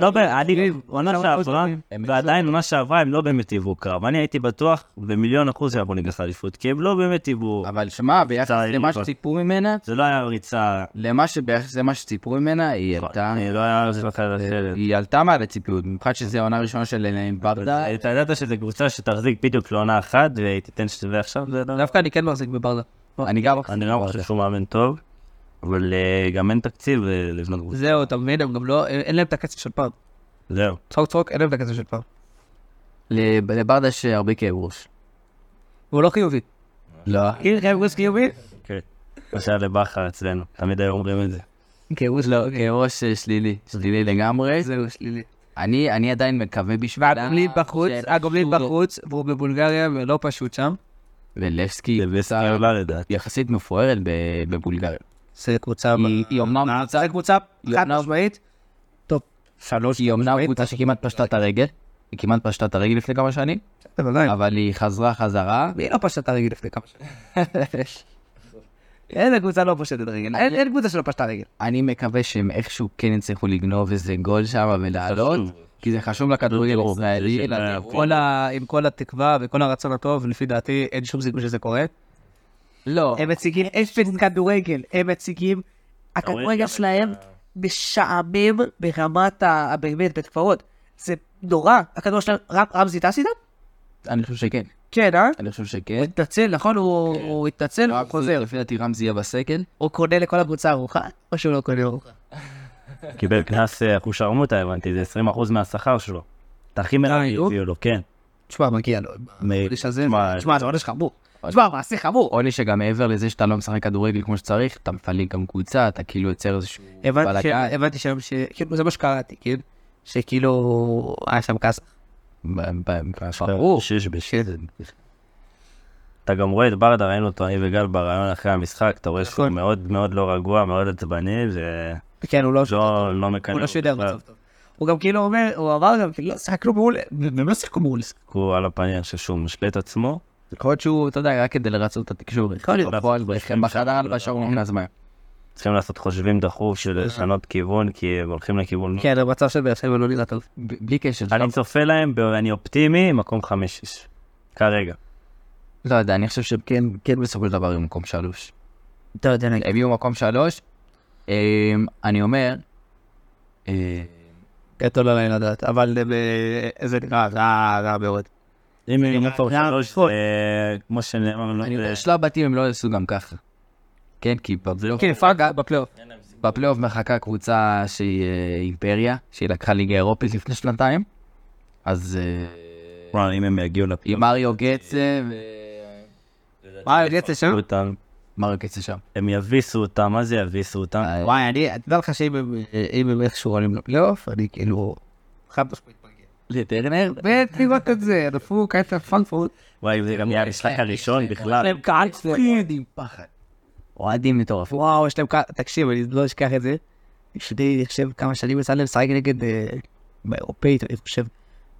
B: לא, באמת, אני, עונה שעברה,
D: הם-
B: ועדיין עונה שעברה הם לא באמת היוו קרב. אני הייתי בטוח במיליון אחוז שאנחנו ניקח אליפות, כי הם לא באמת היוו...
D: אבל שמע, ביחס
B: צער,
D: למה
B: אבל-
D: שציפו ממנה,
B: זה לא היה ריצה...
D: למה שביחס למה שציפו ממנה, היא
A: נכון.
D: עלתה...
B: אה, לא היה זה לא היה סרט.
D: היא עלתה מעל הציפיות, במיוחד שזו העונה הראשונה של אלן ברדה.
B: אתה ידעת שזו קבוצה שתחזיק בדיוק לעונה אחת והיא תיתן שווה עכשיו? זה לא...
A: דווקא אני כן מחזיק בברדה.
D: אני גם...
B: אני לא חושב שהוא מאמן טוב, אבל אה, גם אין תקציב אה, לבנות קבוצה.
A: זהו, אתה מבין, הם גם לא, אין להם את הכסף של פעם.
B: זהו.
A: צחוק צחוק, אין להם את הכסף של פעם.
D: לב- לברדה יש הרבה כאב ראש.
A: והוא לא חיובי.
D: לא.
A: אם חייבוס חיובי?
B: כן. מה שהיה לבכר אצלנו, תמיד היו אומרים את זה.
D: כאב ראש אה, שלילי, שלילי לגמרי.
A: לא. זהו, שלילי.
D: אני אני עדיין מקווה בשבילה...
A: והגומלין בחוץ,
D: של-
A: הגומלין בחוץ, והוא בבולגריה ולא פשוט שם.
D: ולבסקי,
B: זה בסדר עולה לדעתי.
D: יחסית מפוארת ב- בבולגריה.
A: זה קבוצה...
D: היא- היא אומנם
A: זה קבוצה חד
D: יונה-
A: משמעית.
D: היא אומנם קבוצה שכמעט פשטה את הרגל. היא כמעט פשטה את הרגל לפני כמה שנים,
A: בוודאי.
D: אבל היא חזרה חזרה.
A: היא לא פשטה רגל לפני כמה שנים. אין קבוצה לא פושטת רגל. אין- אין קבוצה שלא פשטה רגל.
D: אני מקווה שהם איכשהו כן יצליחו לגנוב איזה גול שם ולעלות,
B: חשוב.
D: כי זה חשוב לכדורגל
B: לא,
D: הישראלי.
B: זה של-
D: לדירוג.
A: כל ה- עם כל התקווה וכל הרצון הטוב, לפי דעתי אין שום סיכוי שזה קורה.
D: לא,
A: הם מציגים אפס כדורגל, הם מציגים, הכדורגל שלהם משעמם ברמת ה... באמת, בית קברות. זה נורא, הכדור שלהם, רם- רמזי טס איתם?
D: אני חושב שכן.
A: כן, אה?
D: אני חושב שכן.
A: התנצל, נכון? הוא הוא התנצל, הוא חוזר.
D: לפי דעתי רמזי יהיה בסגל.
A: הוא קונה לכל הקבוצה ארוחה, או שהוא לא קונה ארוחה.
B: קיבל קנס אה, אחושרמוטה, הבנתי, זה 20% מהשכר שלו. את הכי מרבי הביאו לו, כן.
A: תשמע, מגיע לו.
B: מ-
A: העונש הזה,
B: תשמע,
A: תשמע, זה עונש חמור. תשמע, מעשה חמור.
D: עונש שגם מעבר לזה שאתה לא משחק כדורגל כמו שצריך, אתה מפלג גם קבוצה, אתה כאילו יוצר איזשהו...
A: הבנתי
D: בלגן.
A: ש- הבנתי שם, ש- כאילו, זה מה שקראתי, כן? שכאילו, היה שם כעס.
D: ב- ב- ברור.
B: שש בשש. אתה גם רואה את ברדה, ראינו אותו, אני וגל ברעיון אחרי המשחק, אתה רואה שהוא
A: נכון.
B: מאוד מאוד לא רגוע, מאוד עצבני, זה
A: כן, הוא לא...
B: לא לא מקנא.
A: הוא לא שידר
B: בכלל.
A: מצב טוב. הוא גם כאילו אומר, הוא אמר גם, כאילו, לא שיחקנו מעולה, הם לא שיחקו מעולה.
B: הוא על הפנים, אני חושב שהוא משלה את עצמו.
A: כן,
D: יכול להיות שהוא, אתה יודע, רק כדי לרצות את התקשורת. יכול
B: להיות.
D: בפועל, בחדר הלבשה הוא נכנס מהר.
B: צריכים לעשות חושבים דחוף של לשנות כיוון, כי הם הולכים לכיוון...
A: כן, המצב של באר שבע לא נראה טוב.
D: ב- בלי קשר.
B: אני צופה להם, ב- אני אופטימי, מקום חמש-שש. כרגע.
D: לא יודע, אני חושב שהם כן- כן בסופו של דבר עם מקום שלוש.
A: אתה יודע, נגיד.
D: הם יהיו מקום שלוש. אמ, אני אומר, אה,
A: גטו לא עליי לדעת, אבל אה, זה נראה רע, רע מאוד.
B: אם הם מקום
A: אה,
B: שלוש,
A: נכון.
B: אה, כמו שנאמר, לא-
D: אני
B: אה,
D: יודע, שלב בתים הם לא יעשו גם ככה. כן, כי בפלייאוף-
A: כן, פאגה בפלייאוף.
D: בפלייאוף מחכה קבוצה שהיא אה, אימפריה, שהיא לקחה ליגה אירופית לפני שנתיים. אז אה,
B: וואי, אם הם יגיעו לפ...
D: עם מריו גצה ו...
A: מה, אני אצא שם?
B: אותם,
D: מריו גצה שם.
B: הם יביסו אותם, מה זה יביסו אותם?
D: אה,
A: וואי, אני, תדע לך שאם הם, אה, אם הם איכשהו עולים לפלייאוף, אני כאילו... חד משמעית.
D: לטרנר?
A: באמת, לראות את זה, נפלו כאלה פרנקפורט.
B: וואי, זה גם יהיה המשחק הראשון בכלל.
A: להם קהל מפחיד.
D: עם פחד. אוהדים מטורפים.
A: וואו, יש להם קהל, תקשיב, אני לא אשכח את זה. לפני, אני חושב, כמה שנים יצא להם לשחק נגד... אה, באירופאית, אני חושב.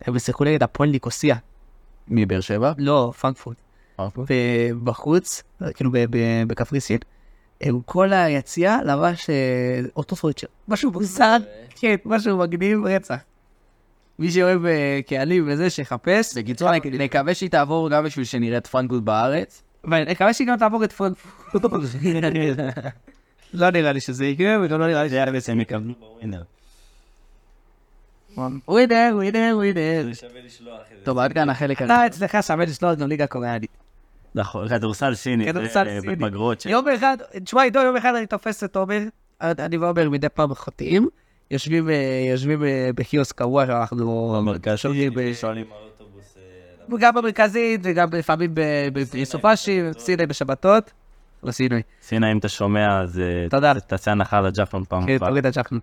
A: הם שיחקו נגד הפועל ניקוסיה.
D: מבאר שבע?
A: לא, פרנקפורט. בחוץ, כאילו ב- ב- בקפריסין, הם כל היציע לבש אה, אותו אה. סוויצ'ר. משהו מוזר, כן, משהו מגניב רצח. מי שאוהב אה, קהלים וזה, שיחפש.
D: בקיצור, אני- נקווה שהיא תעבור גם בשביל שנראה את פרנקפורט בארץ.
A: ואני מקווה שהיא גם תעבור את פרנקפורט. לא נראה לי שזה יקרה, וגם לא נראה לי
B: זה היה בעצם יקבלו בווינר.
A: ווינר, ווינר, ווינר.
B: שווה לשלוח את
D: טוב, עד כאן החלק הראשון.
A: אתה לא, אצלך שווה לשלוח גם ליגה קוריאנית.
B: נכון, כדורסל סיני. זה,
A: כדורסל
B: אה,
A: סיני.
B: בפגרות. ש-
A: יום אחד, תשמע, עידו, יום אחד אני תופס את עומר, אני ועומר מדי פעם חוטאים, יושבים, אה, יושבים אה, בקיוסק קבוע שאנחנו...
B: במרכז
A: שלי, ב-
B: שואלים על אוטובוס. אה,
A: גם במרכזית וגם לפעמים בפריסופאשים, סיני בשבתות. לא סיני.
B: סינה, אם אתה שומע, אז אה,
A: תודה.
B: ת- תעשה הנחה לג'פלון פעם
A: כן,
B: הבאה.
A: תוריד את שחמן.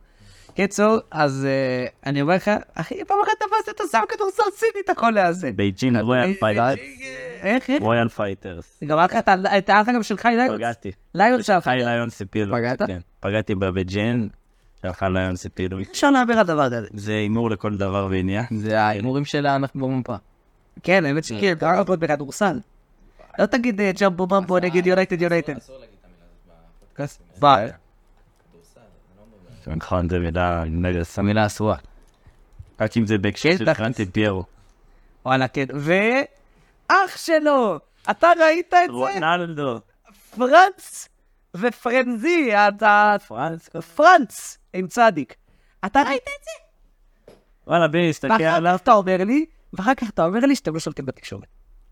A: קיצור, אז אה, אני אומר לך, אחי, פעם אחת תפסת את הזר כדורסל סיני, את הכל לאזן.
B: בייג'ין, רויאל פייטרס.
A: איך, איך?
B: רויאל פייטרס.
A: גם היה לך את ה- את האח גם של חי ליון.
B: פגעתי.
A: ליון לא- שלך.
B: חי ליון סיפילו.
D: פגעת?
B: כן. פגעתי בבייג'ין, שהלכה ליון סיפילו.
A: אפשר להעביר על דבר כזה.
B: זה הימור לכל דבר ועניין.
D: זה ההימורים שלה, אנחנו במפה.
A: כן, האמת שכן, קרה עוד בכדורסל. לא תגיד אה, ג'מבו במבו נגד יונייטד יונייטד. ביי.
B: נכון, זה מילה נגד הסמי.
D: המילה אסורה.
B: רק אם זה בהקשר של פרנטי פיירו.
A: וואלה, כן. ואח שלו, אתה ראית את זה?
B: רונלדו.
A: פרנץ ופרנזי, אתה...
B: פרנס.
A: פרנץ עם צדיק. אתה ראית לא את זה?
B: וואלה, בלי להסתכל עליו,
A: ואחר כך
D: כן.
A: אתה אומר לי, ואחר כך אתה אומר לי שאתם לא שולטים בתקשורת.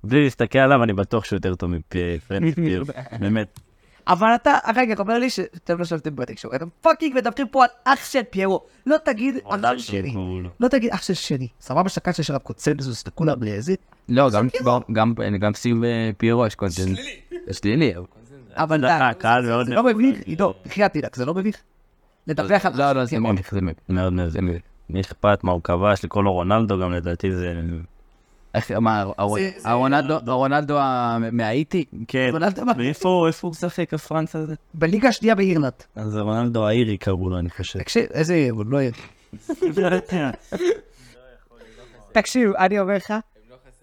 B: בלי להסתכל עליו, אני בטוח שהוא יותר טוב מפרנטי פיירו. באמת.
A: אבל אתה אחר כך אומר לי שאתם לא שולטים בתקשורת. אתם פאקינג מדברים פה על אח של פיירו. לא תגיד אח של שני.
B: מעולה.
A: לא תגיד אח של שני. סבבה שכאן שיש רק קונצנזוס לכולם לאיזה.
D: לא, גם- גם גם סביב אה, פיירו יש קונטנט. שלילי. שלילי, אבל...
A: אבל
B: לא,
A: די,
B: הקהל מאוד
A: זה לא מביך, עידו, בחייאת עידק, זה לא מביך? לדווח על...
D: לא, לא, זה מביך, זה מביך.
B: מאוד
D: זה
B: מזל.
D: מביך.
B: מי אכפת מה הוא כבש, לקרוא לו רונלדו גם לדעתי זה...
D: איך, מה, הרונ- הרונלדו- הרונלדו ה- מהאיטי?
B: כן.
A: רונלדו, מה?
B: ואיפה איפה הוא משחק הפרנס הזה?
A: בליגה השנייה באירלנד.
B: אז רונלדו האירי קראו לו, אני חושב.
A: תקשיב, איזה ארגון, לא ארגון. תקשיב, אני אומר לך,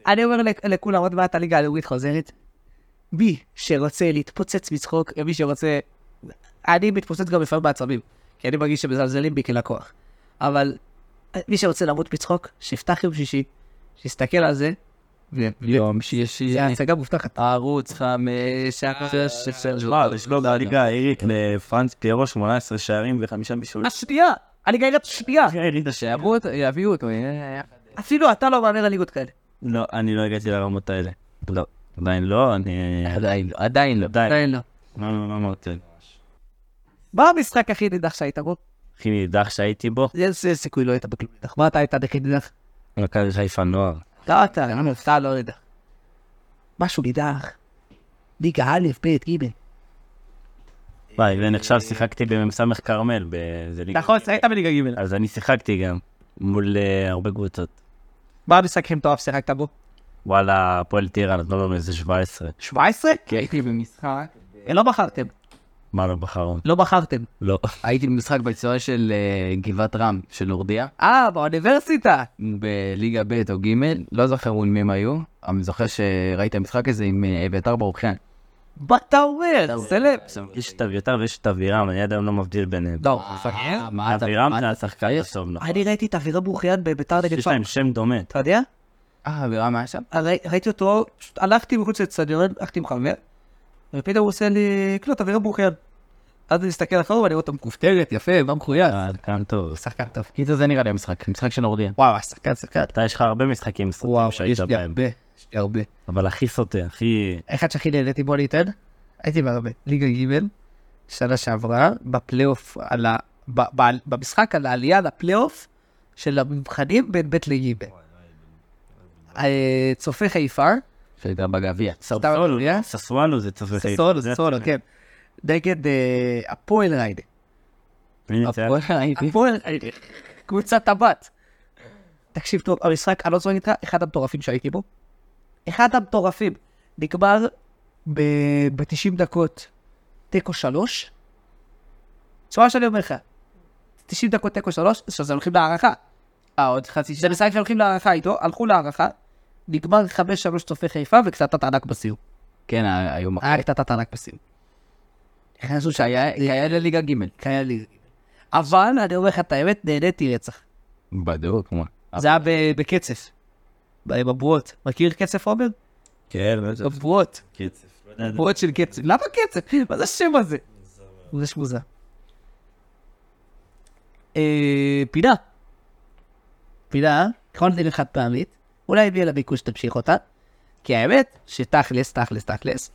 A: אני אומר לכ- לכולם, עוד מעט הליגה הלאומית חוזרת. מי שרוצה להתפוצץ מצחוק, ומי שרוצה... אני מתפוצץ גם לפעמים בעצבים, כי אני מרגיש שמזלזלים בי כלקוח. אבל אה, מי שרוצה למות מצחוק, שיפתח יום שישי, שיסתכל על זה,
D: יום שישי.
A: זה הצגה מובטחת.
D: ערוץ חמש, שש, שש, שש.
B: וואו, יש לו בליגה האירית לפרנס פיירו 18 שערים וחמישה בישולים.
A: השנייה! הליגה הליגה השנייה!
B: האירית השער.
D: שיעברו אותו, יביאו אותו. אה, אה.
A: אפילו אתה לא מהמר על ליגות כאלה.
B: לא, אני לא הגעתי לרמות האלה. לא. עדיין לא, אני...
D: עדיין לא, עדיין לא.
B: עדיין.
A: לא.
B: לא, לא, לא אמרתי.
A: מה המשחק הכי נידח שהיית בו?
B: הכי נידח שהייתי בו,
A: איזה סיכוי לא היית בכלום נידח. מה אתה היית הכי נידח?
B: מכבי חיפה נוער.
A: לא אתה, אתה לא נידח. משהו נידח. ליגה א', ב', ג'.
B: וואי, ונחשב שיחקתי במ"ס כרמל, באיזה ליגה.
A: נכון, היית בליגה ג'.
B: אז אני שיחקתי גם, מול אה, הרבה קבוצות.
A: מה המשחק הכי מטורף שיחקת בו?
B: וואלה, הפועל טירה נתנו לנו איזה 17.
A: 17?
D: כי הייתי במשחק,
A: לא בחרתם.
B: מה לא בחרנו?
A: לא בחרתם.
B: לא.
D: הייתי במשחק בהיסטוריה של אה, גבעת רם, של נורדיה,
A: אה, באוניברסיטה.
D: בליגה ב' או ג', לא זוכר מול מי הם היו, אבל אני זוכר שראיתי את המשחק הזה עם אה, אביתר ברוכיאן.
A: מה אתה אומר? סלב.
B: יש את אביתר ויש את אבירם, אני עד היום לא מבדיל ביניהם.
A: לא.
D: אה, מה אתה...
B: כן? אבירם
D: מה
B: זה
D: אתה-
B: השחקן בסוף, נכון.
A: אני ראיתי את אבירם ברוכיאן בביתר נגד
B: יש
A: פעם.
B: להם שם דומה.
A: אתה יודע?
D: אה, אבירם היה שם?
A: הרי- ראיתי אותו, פשוט הלכתי מחוץ לאצטדיון, הלכתי עם חבר, ופתאום הוא עושה לי, כאילו, אבירם ברוכיאן. אז אני מסתכל אחורה ואני רואה אותו מכופתרת, יפה, מה מחויית.
B: אה, כאן טוב.
A: שחקן טוב.
D: קיצר זה נראה לי המשחק, משחק של נורדיה.
A: וואו, שחקן, שחקן.
B: אתה, יש לך הרבה משחקים סרטים שהיית בהם.
A: יש לי הרבה.
B: אבל הכי סוטה, הכי...
A: אחד שהכי נהניתי בו אני אתן, הייתי בהרבה. ליגה ג' שנה שעברה, בפלייאוף, על ה- ב- ב- במשחק על העלייה לפלייאוף של המבחנים בין ב' לג'. אה, צופה חיפה,
D: שהייתה בגביע.
A: סתם מפריע?
B: ססוואלו זה צופה חיפה.
A: ססונו,
B: זה-
A: ססונו, כן. נגד אה, הפועל ריינה.
B: מי ניצח?
D: הפועל הייתי.
A: הפועל ריינה. אה, קבוצת הבת. תקשיב טוב, המשחק, אני לא זוכר איתך, אחד המטורפים שהייתי בו. אחד המטורפים. נגמר ב-90 דקות תיקו 3. תשמע מה שאני אומר לך. 90 דקות תיקו 3, אז הם הולכים להערכה.
D: אה, עוד חצי
A: זה
D: שנה.
A: משחק שהולכים להערכה איתו, הלכו להערכה. נגמר 5-3 צופי חיפה וקצת ענק בסיום.
D: כן, ה- היו מכות.
A: היה קצת ענק בסיום. נכנסו שהיה,
D: היה היה לליגה ג'.
A: היה לי... אבל אני אומר לך את האמת, נהניתי רצח.
D: בדיוק, מה.
A: זה היה ב- בקצף. בבועות. מכיר קצף עומר?
B: כן, בטח.
A: בבועות.
B: קצף. לא יודע,
A: בועות של קצף. למה קצף? מה זה השם הזה? זה שמוזר. אה, פינה. פינה, נכון זה חד פעמית, אולי הביאה לביקוש שתמשיך אותה, כי האמת, שתכלס, תכלס, תכלס,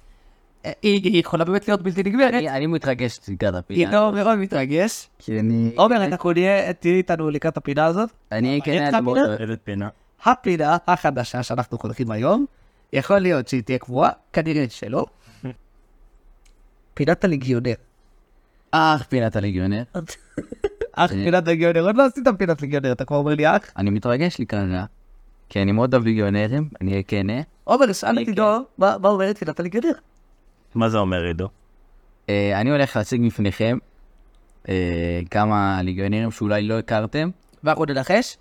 A: אה, היא היא יכולה באמת להיות בלתי נגמרת.
D: אני אני מתרגש לקראת הפינה.
A: עידו לא מאוד מתרגש.
D: כי אני...
A: עומר, אתה
F: אנחנו נהיה, תהיי איתנו לקראת הפינה הזאת.
A: אוקיי,
D: אני כן...
A: יש לך
D: אדמו"ר-
A: פינה?
B: איזה פינה.
A: הפינה החדשה שאנחנו חונכים היום, יכול להיות שהיא תהיה קבועה, כנראה שלא. פינת הליגיונר.
D: אך, פינת הליגיונר.
F: אח,
A: אה.
F: פינת לגיונר, עוד לא עשית פינת לגיונר, אתה כבר אומר לי אח.
D: אני מתרגש לקראת. כי אני מאוד אוהב ליגיונרים, אני אהיה כן. אה?
A: עומר, שאל את עידו, מה מה אומרת פינת הליגיונר?
B: מה זה אומר, עידו?
D: אה, אני הולך להציג בפניכם אה, כמה ליגיונרים שאולי לא הכרתם.
A: ואנחנו ננחש?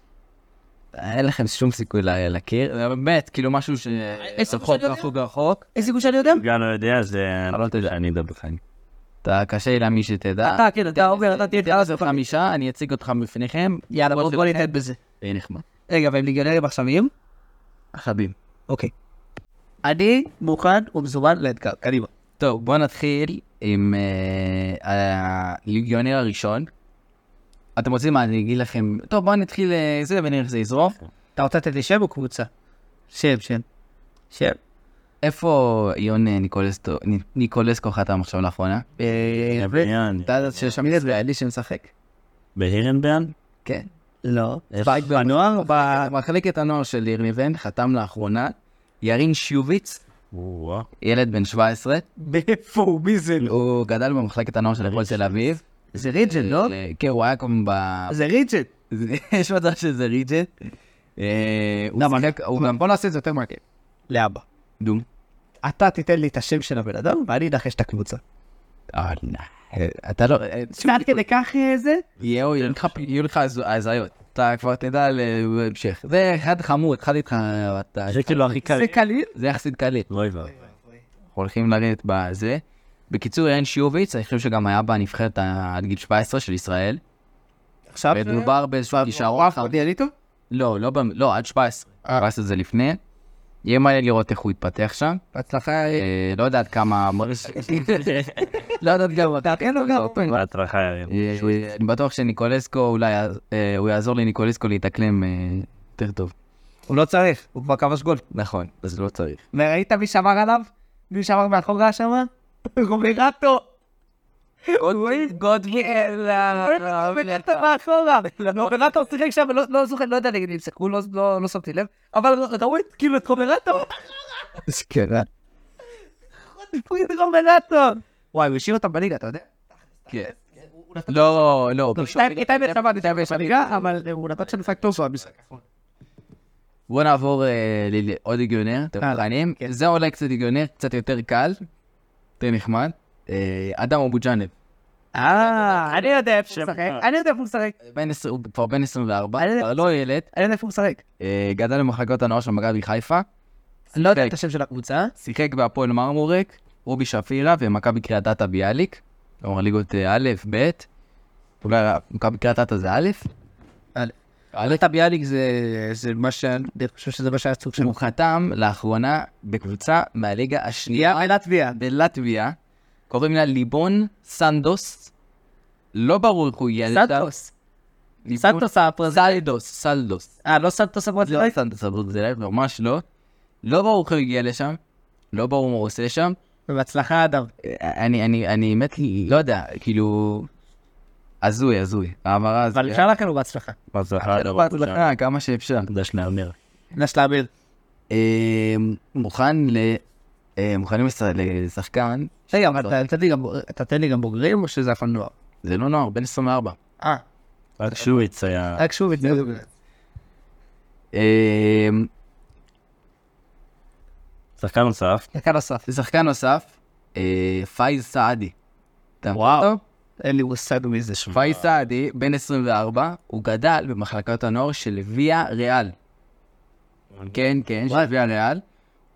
D: אין לכם שום סיכוי ל- להכיר, זה באמת, כאילו משהו ש...
A: אה,
D: רחוק, רחוק, רחוק.
A: איזה גוש אני יודע?
B: גם לא יודע, זה...
D: אבל לא תדע.
B: אני אדבר לך.
D: אתה קשה לי להאמין שתדע.
A: אתה, כן, אתה עומר, אתה תהיה
D: תדע לזה חמישה, אני אציג אותך בפניכם.
A: יאללה, בוא בוא ניתן בזה.
D: יהיה נחמד.
A: רגע, והם ליגיונרים עכשוויים?
D: חביב.
A: אוקיי. אני מוכן ומזומן לאתגר, קדימה.
D: טוב, בוא נתחיל עם אה, הליגיונר הראשון. אתם רוצים מה, אני אגיד לכם... טוב, בואו נתחיל אה, זה ונראה איך זה יזרום.
A: אתה רוצה לתת לי שם או קבוצה? שם, שם. שם.
D: איפה יון אה, ניקולסטו- ני- ניקולסקו חתם עכשיו לאחרונה?
A: אה, ו-
B: בהירנבן.
D: אתה יודע שיש שם ישראלי שמשחק?
B: בהירנבן?
D: כן.
A: לא.
D: שפייק בנוער? במחלקת הנוער של ירניבן, חתם לאחרונה, ירין שיוביץ,
B: וואו.
D: ילד בן 17,
A: מאיפה הוא? מי זה?
D: הוא גדל במחלקת הנוער של הפועל תל אביב.
A: לא. זה ריג'ן, לא?
D: אה, כן, הוא היה כמו ב...
A: זה ריג'ן.
D: יש מצב שזה ריג'ט. אה, הוא שיחק, הוא גם...
A: בוא נעשה את זה יותר מעניין. לאבא.
D: דום.
A: אתה תיתן לי את השם של הבן אדם, ואני אנחש את הקבוצה.
D: אה, לא. אה, אתה לא... אה,
A: תשמע, עד כדי כך אה, זה?
D: יהיו יהיו לך פ- יהיו לך הז- הזיות. אתה כבר תדע על אה, בהמשך. זה אחד חמוד, אחד איתך... אתה-
B: זה כאילו הכי קל.
A: זה קליל?
D: זה יחסית קליל.
B: אוי ואבוי.
D: הולכים לרדת בזה. בקיצור, ירן שיוביץ, אני חושב שגם היה בנבחרת ה- עד גיל 17 של ישראל.
A: עכשיו?
D: ומדובר באיזשהו כישרון. חמוד.
A: אני איתו?
D: לא, לא, במ- לא, עד 17. 17 זה לפני. יהיה מעניין לראות איך הוא יתפתח שם.
A: בהצלחה.
D: אה, לא יודעת כמה... לא יודעת גם...
A: תעדכן לו גם.
B: בהצלחה, יריב.
D: אה, אני בטוח שניקולסקו, אולי אה, הוא יעזור לניקולסקו להתאקלם אה, יותר טוב.
A: הוא לא צריך, הוא כבר כבש גול.
D: נכון, אז לא צריך.
A: וראית מי שמר עליו? מי שמר מאחורה שם? רוברטו. Eh, גודווילט מאחורה. רוברטו שיחק שם, לא- לא זוכר, לא יודע נגד מי הם שיחקו, לא- לא לא שמתי לב, אבל ראו את- כאילו את רוברטו.
D: זה קרה.
A: הוא את רוברטו. וואי, הוא השאיר אותם בליגה, אתה יודע?
D: כן. לא, לא.
A: הייתה נשמה, הייתה בליגה, אבל הוא נתן שם פקטור זו המשחק.
D: בואו נעבור אה, ל- לעוד הגיונר, אתם מוכנים? זה אולי קצת הגיונר, קצת יותר קל, יותר נחמד. אה, אדם אבוג'אנב,
A: אה, אני יודע איפה הוא משחק, אני יודע איפה הוא משחק,
D: בן עשרה- הוא כבר בן 24,
A: אני יודע.
D: כבר לא ילד,
A: אני יודע איפה הוא משחק.
D: אה, גדל במחלקות הנוער של מכבי חיפה,
A: אני לא יודע
D: שיחק.
A: את השם של הקבוצה.
D: שיחק בהפועל מרמורק, רובי שפירא ומכבי קריית אתא ביאליק. כלומר ליגות אה, א', ב', אולי מכבי קריית אתא זה א'?
A: א'.
D: א' אתא ביאליק זה- זה מה ש...
A: אני חושב שזה מה שהיה סוג של...
D: הוא חתם לאחרונה בקבוצה מהליגה השנייה
A: לטביה.
D: בלטביה, קוראים לה ליבון סנדוס. לא ברור איך הוא יהיה.
A: סנטוס.
D: ליבון-
A: סנטוס הפרזנט.
D: סלדוס, סלדוס.
A: אה, לא סנטוס
D: לא
A: הפרזנט?
D: סנדוס הברזילאי, ממש לא. לא ברור איך הוא הגיע לשם, לא ברור מה הוא עושה שם.
A: ובהצלחה, אדם.
D: אני, אני, אני מת לי, לא יודע, כאילו... הזוי, הזוי. ההעברה הזאת.
A: אבל אפשר לכם בהצלחה.
B: בהצלחה.
D: לא בהצלחה, כמה שאפשר.
B: חדש להמר.
A: נש לאביר.
D: אה, מוכן ל... אה, מוכנים לש- לשחקן,
A: רגע, אבל אתה נותן לי גם- אתה נותן לי גם בוגרים או שזה אף פעם נוער?
D: זה לא נוער, בן 24.
A: אה,
B: רק שוויץ היה...
A: רק שוב את זה.
D: אה,
B: שחקן נוסף.
A: דקה נוסף.
D: זה שחקן נוסף, אה, פייז סעדי. אתה מכיר אותו?
A: אין לי מושג מי זה שוב.
D: פייז סעדי, בן 24, הוא גדל במחלקת הנוער של ויה ריאל. כן, כן, של ויה ריאל.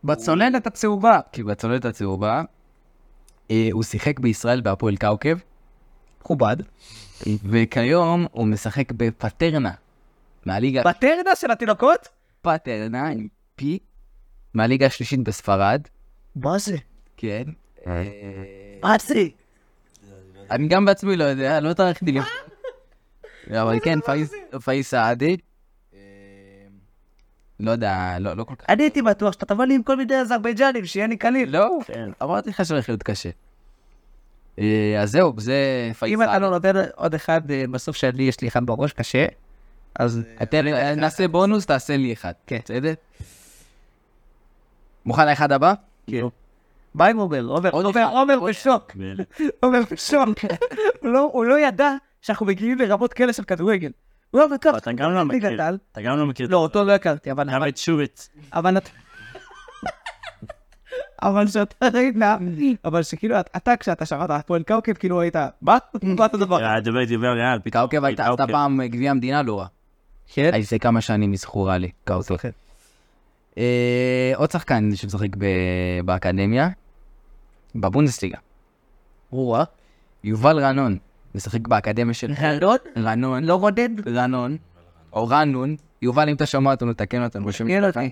A: בצוללת הצהובה.
D: כי כן, בצוללת הצהובה, אה, הוא שיחק בישראל בהפועל קאוקב,
A: מכובד.
D: וכיום הוא משחק בפטרנה, מהליגה
A: בטרנה של התינוקות?
D: פטרנה עם פי, מהליגה השלישית בספרד.
A: מה זה?
D: כן. אה,
A: מה זה?
D: אני גם בעצמי לא יודע, לא טרחתי לי. אבל כן, פאיז- פאיז סעדי. אה, לא יודע, לא לא כל כך.
A: אני הייתי בטוח שאתה תבוא לי עם כל מיני אזרבייג'נים, שיהיה לי קליל.
D: לא,
B: כן.
D: אמרתי לך שהולך להיות קשה. אה, אז זהו, זה
A: אם אתה
D: פייסל.
A: לא נותן עוד אחד אה, בסוף שאני, יש לי אחד בראש קשה, אז...
D: אתם, אה, נעשה בונוס, תעשה לי אחד. כן. בסדר? מוכן לאחד
A: אה,
D: הבא?
A: מה עם עומר? עומר-
D: עוד
A: עומר-
D: אחד.
A: עומר בשוק.
B: ו-
A: עומר בשוק. הוא לא- הוא לא ידע שאנחנו מגיעים לרמות כאלה של כדורגל. הוא לא בטוח.
B: אתה גם לא מכיר.
A: גדל.
B: אתה גם לא מכיר.
A: לא, אותו לא הכרתי, אבל...
B: גם את שוביץ.
A: אבל את... אבל שאתה ראית, אבל שכאילו אתה כשאתה שמעת הפועל קאוקב, כאילו היית, מה? מה אתה דבר?
B: אה, דבר איתי דבר ריאל. פתאום-
D: קאוקב הייתה
B: פתאום-
D: הייתה פעם גביע המדינה לא רע.
A: כן.
D: לפני כמה שנים היא זכורה לי, קאוקב. אה, עוד שחקן שמשחק ב- באקדמיה, בבונדסליגה.
A: רואה.
D: יובל רנון, משחק באקדמיה של...
A: רנון?
D: רנון. לא רודד? רנון. או רנון. יובל, אם אתה שומע אותנו, תקן אותנו. בשם
A: תקן
D: שלך.
A: אותי.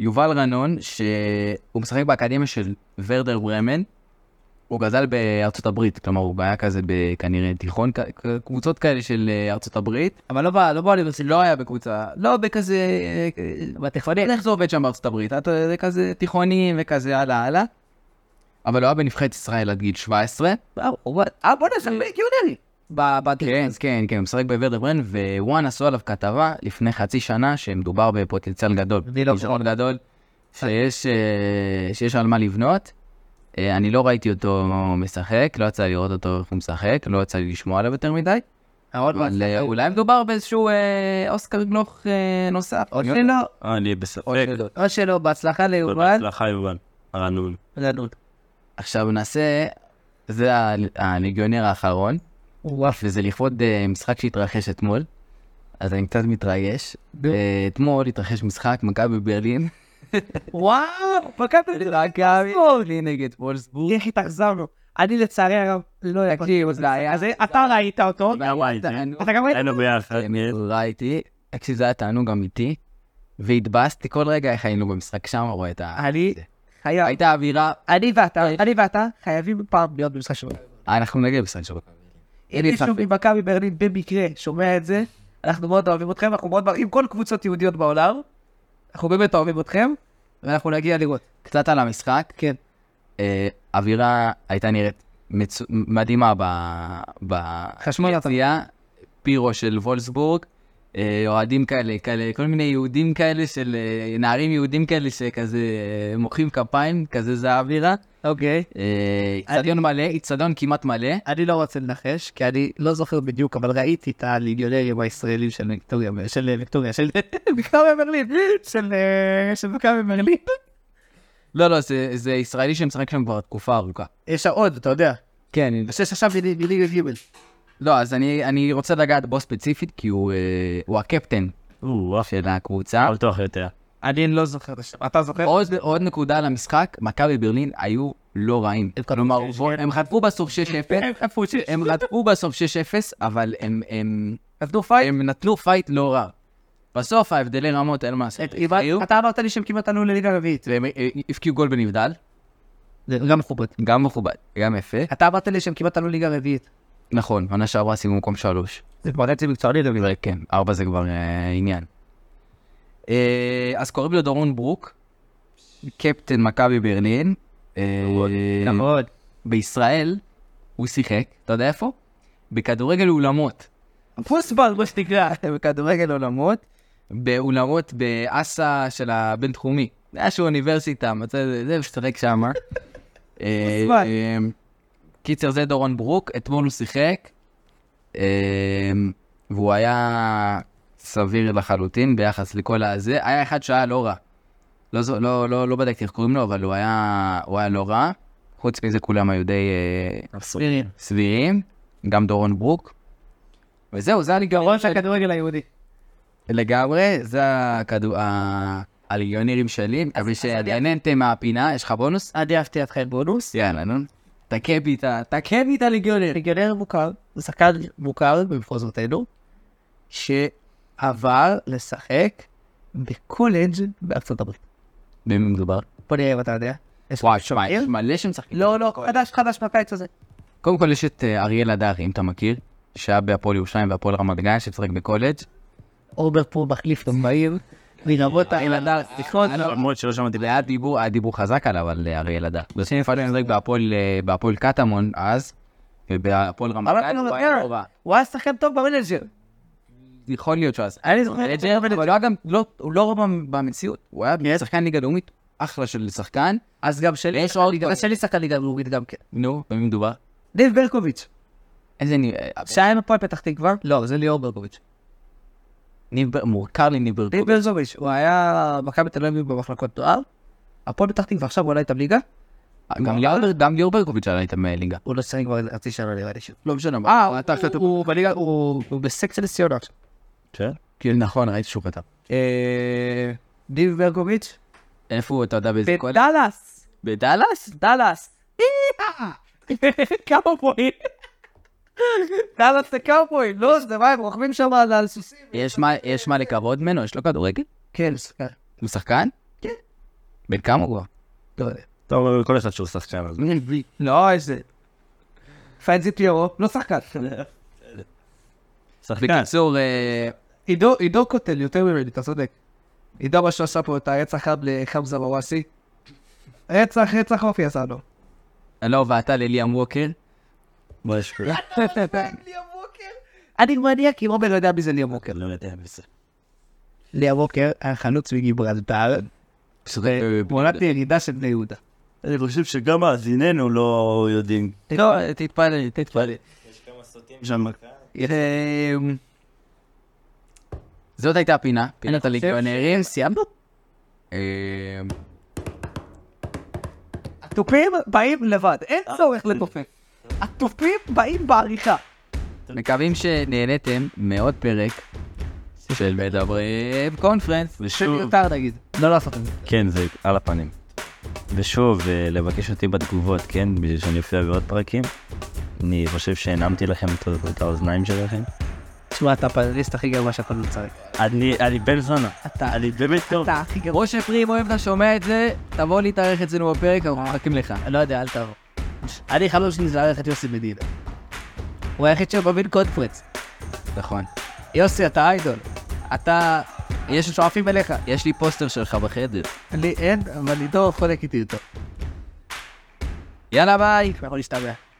D: יובל רנון, שהוא משחק באקדמיה של ורדר ברמן. הוא גדל בארצות הברית, כלומר הוא היה כזה בכנראה תיכון, כ- קבוצות כאלה של אה, ארצות הברית, אבל לא בא, לא באוניברסיטה, לא היה בקבוצה, לא בכזה, אה, אה, בתיכונים, איך זה עובד שם בארצות הברית, אתה- זה כזה תיכונים וכזה הלאה הלאה, אבל הוא היה בנבחרת ישראל עד גיל 17,
A: אה, בוא'נה, זה גיונרי.
D: כן, כן, כן, הוא משחק בוורדר ברן, ווואן עשו עליו כתבה לפני חצי שנה שמדובר בפוטנציאל גדול.
A: אני לא-
D: כישרון גדול, שיש, אה, שיש על מה לבנות. אה, אני לא ראיתי אותו משחק, לא יצא לי לראות אותו איך הוא משחק, לא יצא לי לשמוע עליו יותר מדי. אבל אה, אולי מדובר באיזשהו אה, אוסקר גלוך אה, נוסף.
A: או שלא,
B: אה, אני בספק.
A: או שלא, בהצלחה
B: אבל
A: ליובל.
B: בהצלחה יובל. רענון.
A: רנון.
D: עכשיו נעשה, זה ה- הליגיונר האחרון, וזה לכבוד אה, משחק שהתרחש אתמול, אז אני קצת מתרגש. אה, אתמול התרחש משחק, מכבי ברלין.
A: וואו, פקדת את זה.
D: מכבי
A: וואו.
D: ברלין נגד וולסבורג.
A: איך התאכזרנו. אני לצערי הרב לא יקשיב, זה היה. אז אתה ראית אותו,
B: וואי, זה-
A: אתה גם ראית.
B: היינו ביחד. כן.
D: ראיתי, תקשיב, זה היה תענוג אמיתי, והתבאסתי כל רגע איך היינו במשחק שם, רואה את ה...
A: אני אה. חייב.
D: הייתה אווירה,
A: אני ואתה, אני ואתה חייבים פעם להיות במשחק שלו.
D: אה, אנחנו נגד משחק שם.
A: אם מישהו ממכבי ברלין במקרה שומע את זה, אנחנו מאוד אוהבים אתכם, אנחנו מאוד מעריכים כל קבוצות יהודיות בעולם, אנחנו באמת אוהבים אתכם, ואנחנו נגיע לראות.
D: קצת על המשחק.
A: כן.
D: אה, אווירה הייתה נראית מצו- מדהימה ב... ב...
A: חשמל אתה.
D: היה פירו של וולסבורג, אה, אוהדים כאלה, כאלה, כל מיני יהודים כאלה של... אה, נערים יהודים כאלה שכזה אה, מוחאים כפיים, כזה זה האווירה.
A: אוקיי.
D: אה, איצטדיון מלא, איצטדיון כמעט מלא.
A: אני לא רוצה לנחש, כי אני לא זוכר בדיוק, אבל ראיתי את הליגיונרים הישראלים של ויקטוריה, של אה, ויקטוריה, של ויקטוריה ברלין, של אה, של מכבי ברלין.
D: לא, לא, זה, זה ישראלי שמשחק שם כבר תקופה ארוכה.
A: יש עוד, אתה יודע.
D: כן, אני-
A: אני חושב שעכשיו בלי- בליגה ג'
D: לא, אז אני, אני רוצה לגעת בו ספציפית, כי הוא, אה, הוא הקפטן
B: או, וואו,
D: של הקבוצה.
B: לא בטוח יותר.
A: אני לא זוכר את השם, אתה זוכר?
D: עוד, עוד נקודה על המשחק, מכבי ברלין היו לא רעים. כלומר, בוא- הם חטפו בסוף 6-0, הם חטפו בסוף 6-0, אבל הם, הם,
A: נתנו פייט?
D: הם נתנו פייט לא רע. בסוף ההבדלי רמות, אין מה לעשות. היו,
A: אתה אמרת לי שהם כמעט עלו לליגה רביעית.
D: והם אה, הבקיעו גול בנבדל,
A: זה גם מכובד.
D: גם מכובד, גם יפה.
A: אתה אמרת לי שהם כמעט עלו ליגה רביעית.
D: נכון, עונה שעברה סיימו במקום שלוש.
A: זה כבר רצי מקצועני רביעית.
D: אבל כן, ארבע זה כבר אה, עניין. אה, אז קוראים לו דורון ברוק, קפטן מכבי ברלין. אה,
A: נכון.
D: בישראל הוא שיחק, אתה יודע איפה? בכדורגל אולמות.
A: נכון. פוסבל, מה שנקרא.
D: בכדורגל אולמות, באולמות באסה של הבינתחומי. זה היה שהוא אוניברסיטה, מצא איזה, זה, משחק שם. אה,
A: מוזמן.
D: אה, קיצר, זה דורון ברוק, אתמול הוא שיחק, אה, והוא היה סביר לחלוטין ביחס לכל הזה. היה אחד שהיה לא רע. לא, זו- לא, לא, לא בדקתי איך קוראים לו, אבל הוא היה, הוא היה לא רע. חוץ מזה כולם היו די אה,
A: סבירים.
D: סבירים, גם דורון ברוק. וזהו, זה הליגרון
A: גרון של הכדורגל היהודי.
D: לגמרי, זה הכדור... ה- הליגיונרים שלי, מקווה שנהנתם מהפינה, יש לך בונוס?
A: אני אהבתי אתכם בונוס.
D: יאללה, נו. תכה בי את ה... תכה בי את הליגיונר.
A: ליגיונר מוכר, זה שחקן מוכר במחוזותינו, שעבר לשחק בקולג' בארצות הברית.
D: במי מדובר?
A: בוא נראה אם אתה יודע. יש
D: וואי,
A: לך
D: שמע, יש
A: מכיר?
D: מלא שמשחקים.
A: לא, לא, חדש חדש בקיץ הזה.
D: קודם כל יש את אה, אריאל הדר, אם אתה מכיר, שהיה בהפועל ירושלים והפועל רמת גן, שמשחק בקולג'.
A: אורבר פה מחליף גם בעיר. לרבות ה...
D: אלעדר,
A: שיחות.
D: לא
B: למרות שלא שמעתי כן.
D: זה היה דיבור, היה דיבור חזק עליו, על אה, אריה אלעדר. בשני נפרדים אני זוכר בהפועל, אה, בהפועל קטמון אז, ובהפועל רמת
A: אבל
D: גן,
A: אתה
D: הוא היה
A: מדבר,
D: נורא.
A: הוא היה שחקן טוב במנג'ר.
D: יכול להיות שהוא אז.
A: אני זוכר אותו
D: אבל הוא היה גם, לא, הוא לא רוב במציאות, הוא
A: כן.
D: היה שחקן ליגה לאומית, אחלה של שחקן.
A: אז גם שלי.
D: ויש עוד
A: אז שלי שחקן ליגה לאומית גם כן.
D: נו, במי מדובר?
A: דיב ברקוביץ'.
D: איזה ניב... אה,
A: שהיה עם הפועל פתח תקווה.
G: לא, זה ליאור ברקוביץ'.
D: ניב... בר- מורכר לי ניב
G: ליאור
D: ברקוביץ'.
G: ברקוביץ', הוא היה מכבי תל אביב במחלקות תואר. הפועל פתח תקווה עכשיו הוא עלה איתם ליגה.
D: גם ליאור- גם ליאור ברקוביץ' עלה איתם אה, ליגה.
G: הוא לא שיחק כבר חצי שנה נראה לי שוב.
D: לא משנה.
G: אה,
D: הוא-
G: הוא-
D: אתה החלטת-
G: הוא- הוא בליגה, הוא הוא בסקציה לציונה עכשיו.
B: כן?
D: כן, נכון, ראיתי שהוא כתב.
G: אה, דיב ברקוביץ',
D: איפה הוא, אתה יודע באיזה כולל?
A: בדאלאס.
D: בדאלאס?
A: דאלאס. קאובוי. דאלאס זה קאובוי. לא, זה מה, הם רוכבים שם על על סוסים.
D: יש מה- יש מה לקוות ממנו? יש לו כדורגל?
G: כן, שחקן.
D: הוא שחקן? כן. בן כמה הוא כבר?
G: לא
A: אה.
G: יודע.
B: טוב, אבל כל אחד שהוא שחקן. אז-
D: כן.
A: לא, איזה... פנזי פיירו, לא שחקן.
B: שחקן.
D: בקיצור, אה,
A: עידו, עידו קוטל יותר ממני, אתה צודק. עידו מה שהוא עשה פה את הרצח חם לחמזה בוואסי. רצח, רצח אופי עשה לו.
D: לא, ואתה לליאם ווקר?
B: בוא, יש-
G: אני מניאק אם עומר לא יודע מי זה ליאור ברקוביץ'.
B: לא יודע מי זה.
G: ליאור בוקר היה חלוץ מגיברלטר,
A: אה,
D: אה,
G: תמונת ירידה של בני יהודה.
B: אני חושב שגם מאזיננו לא יודעים.
D: לא, תתפלא, תתפלא.
B: שם
D: אה, זאת הייתה הפינה, פינת הליגיונרים.
G: סיימנו?
D: אה,
A: התופים באים לבד, אין
G: אה.
A: צורך לתופף. התופים באים בעריכה.
D: מקווים שנהניתם מעוד פרק של מדברים קונפרנס.
B: ושוב,
A: מיותר נגיד. לא לעשות את זה.
B: כן, זה על הפנים. ושוב, אה, לבקש אותי בתגובות, כן, בשביל שאני אופיע בעוד פרקים. אני חושב שהנעמתי לכם את- את האוזניים שלכם.
G: תשמע, אתה הפנליסט הכי גרוע לא שיכול לצחק.
B: אני אני בן זונה.
A: אתה.
B: אני באמת לא- טוב.
A: אתה הכי גרוע.
D: משה פרים, אם אתה שומע את זה, תבוא להתארח אצלנו בפרק, אנחנו מחכים לך.
G: לא יודע, אל תבוא. אני חלום שלי זה ללכת יוסי מדינה. הוא היחיד שמבין קונפרנס.
D: נכון.
G: יוסי, אתה איידול.
D: אתה,
G: יש שואפים אליך.
D: יש לי פוסטר שלך בחדר.
G: לי אין, אבל עידו חולק איתי אותו.
D: יאללה ביי.
G: אנחנו נשתמע.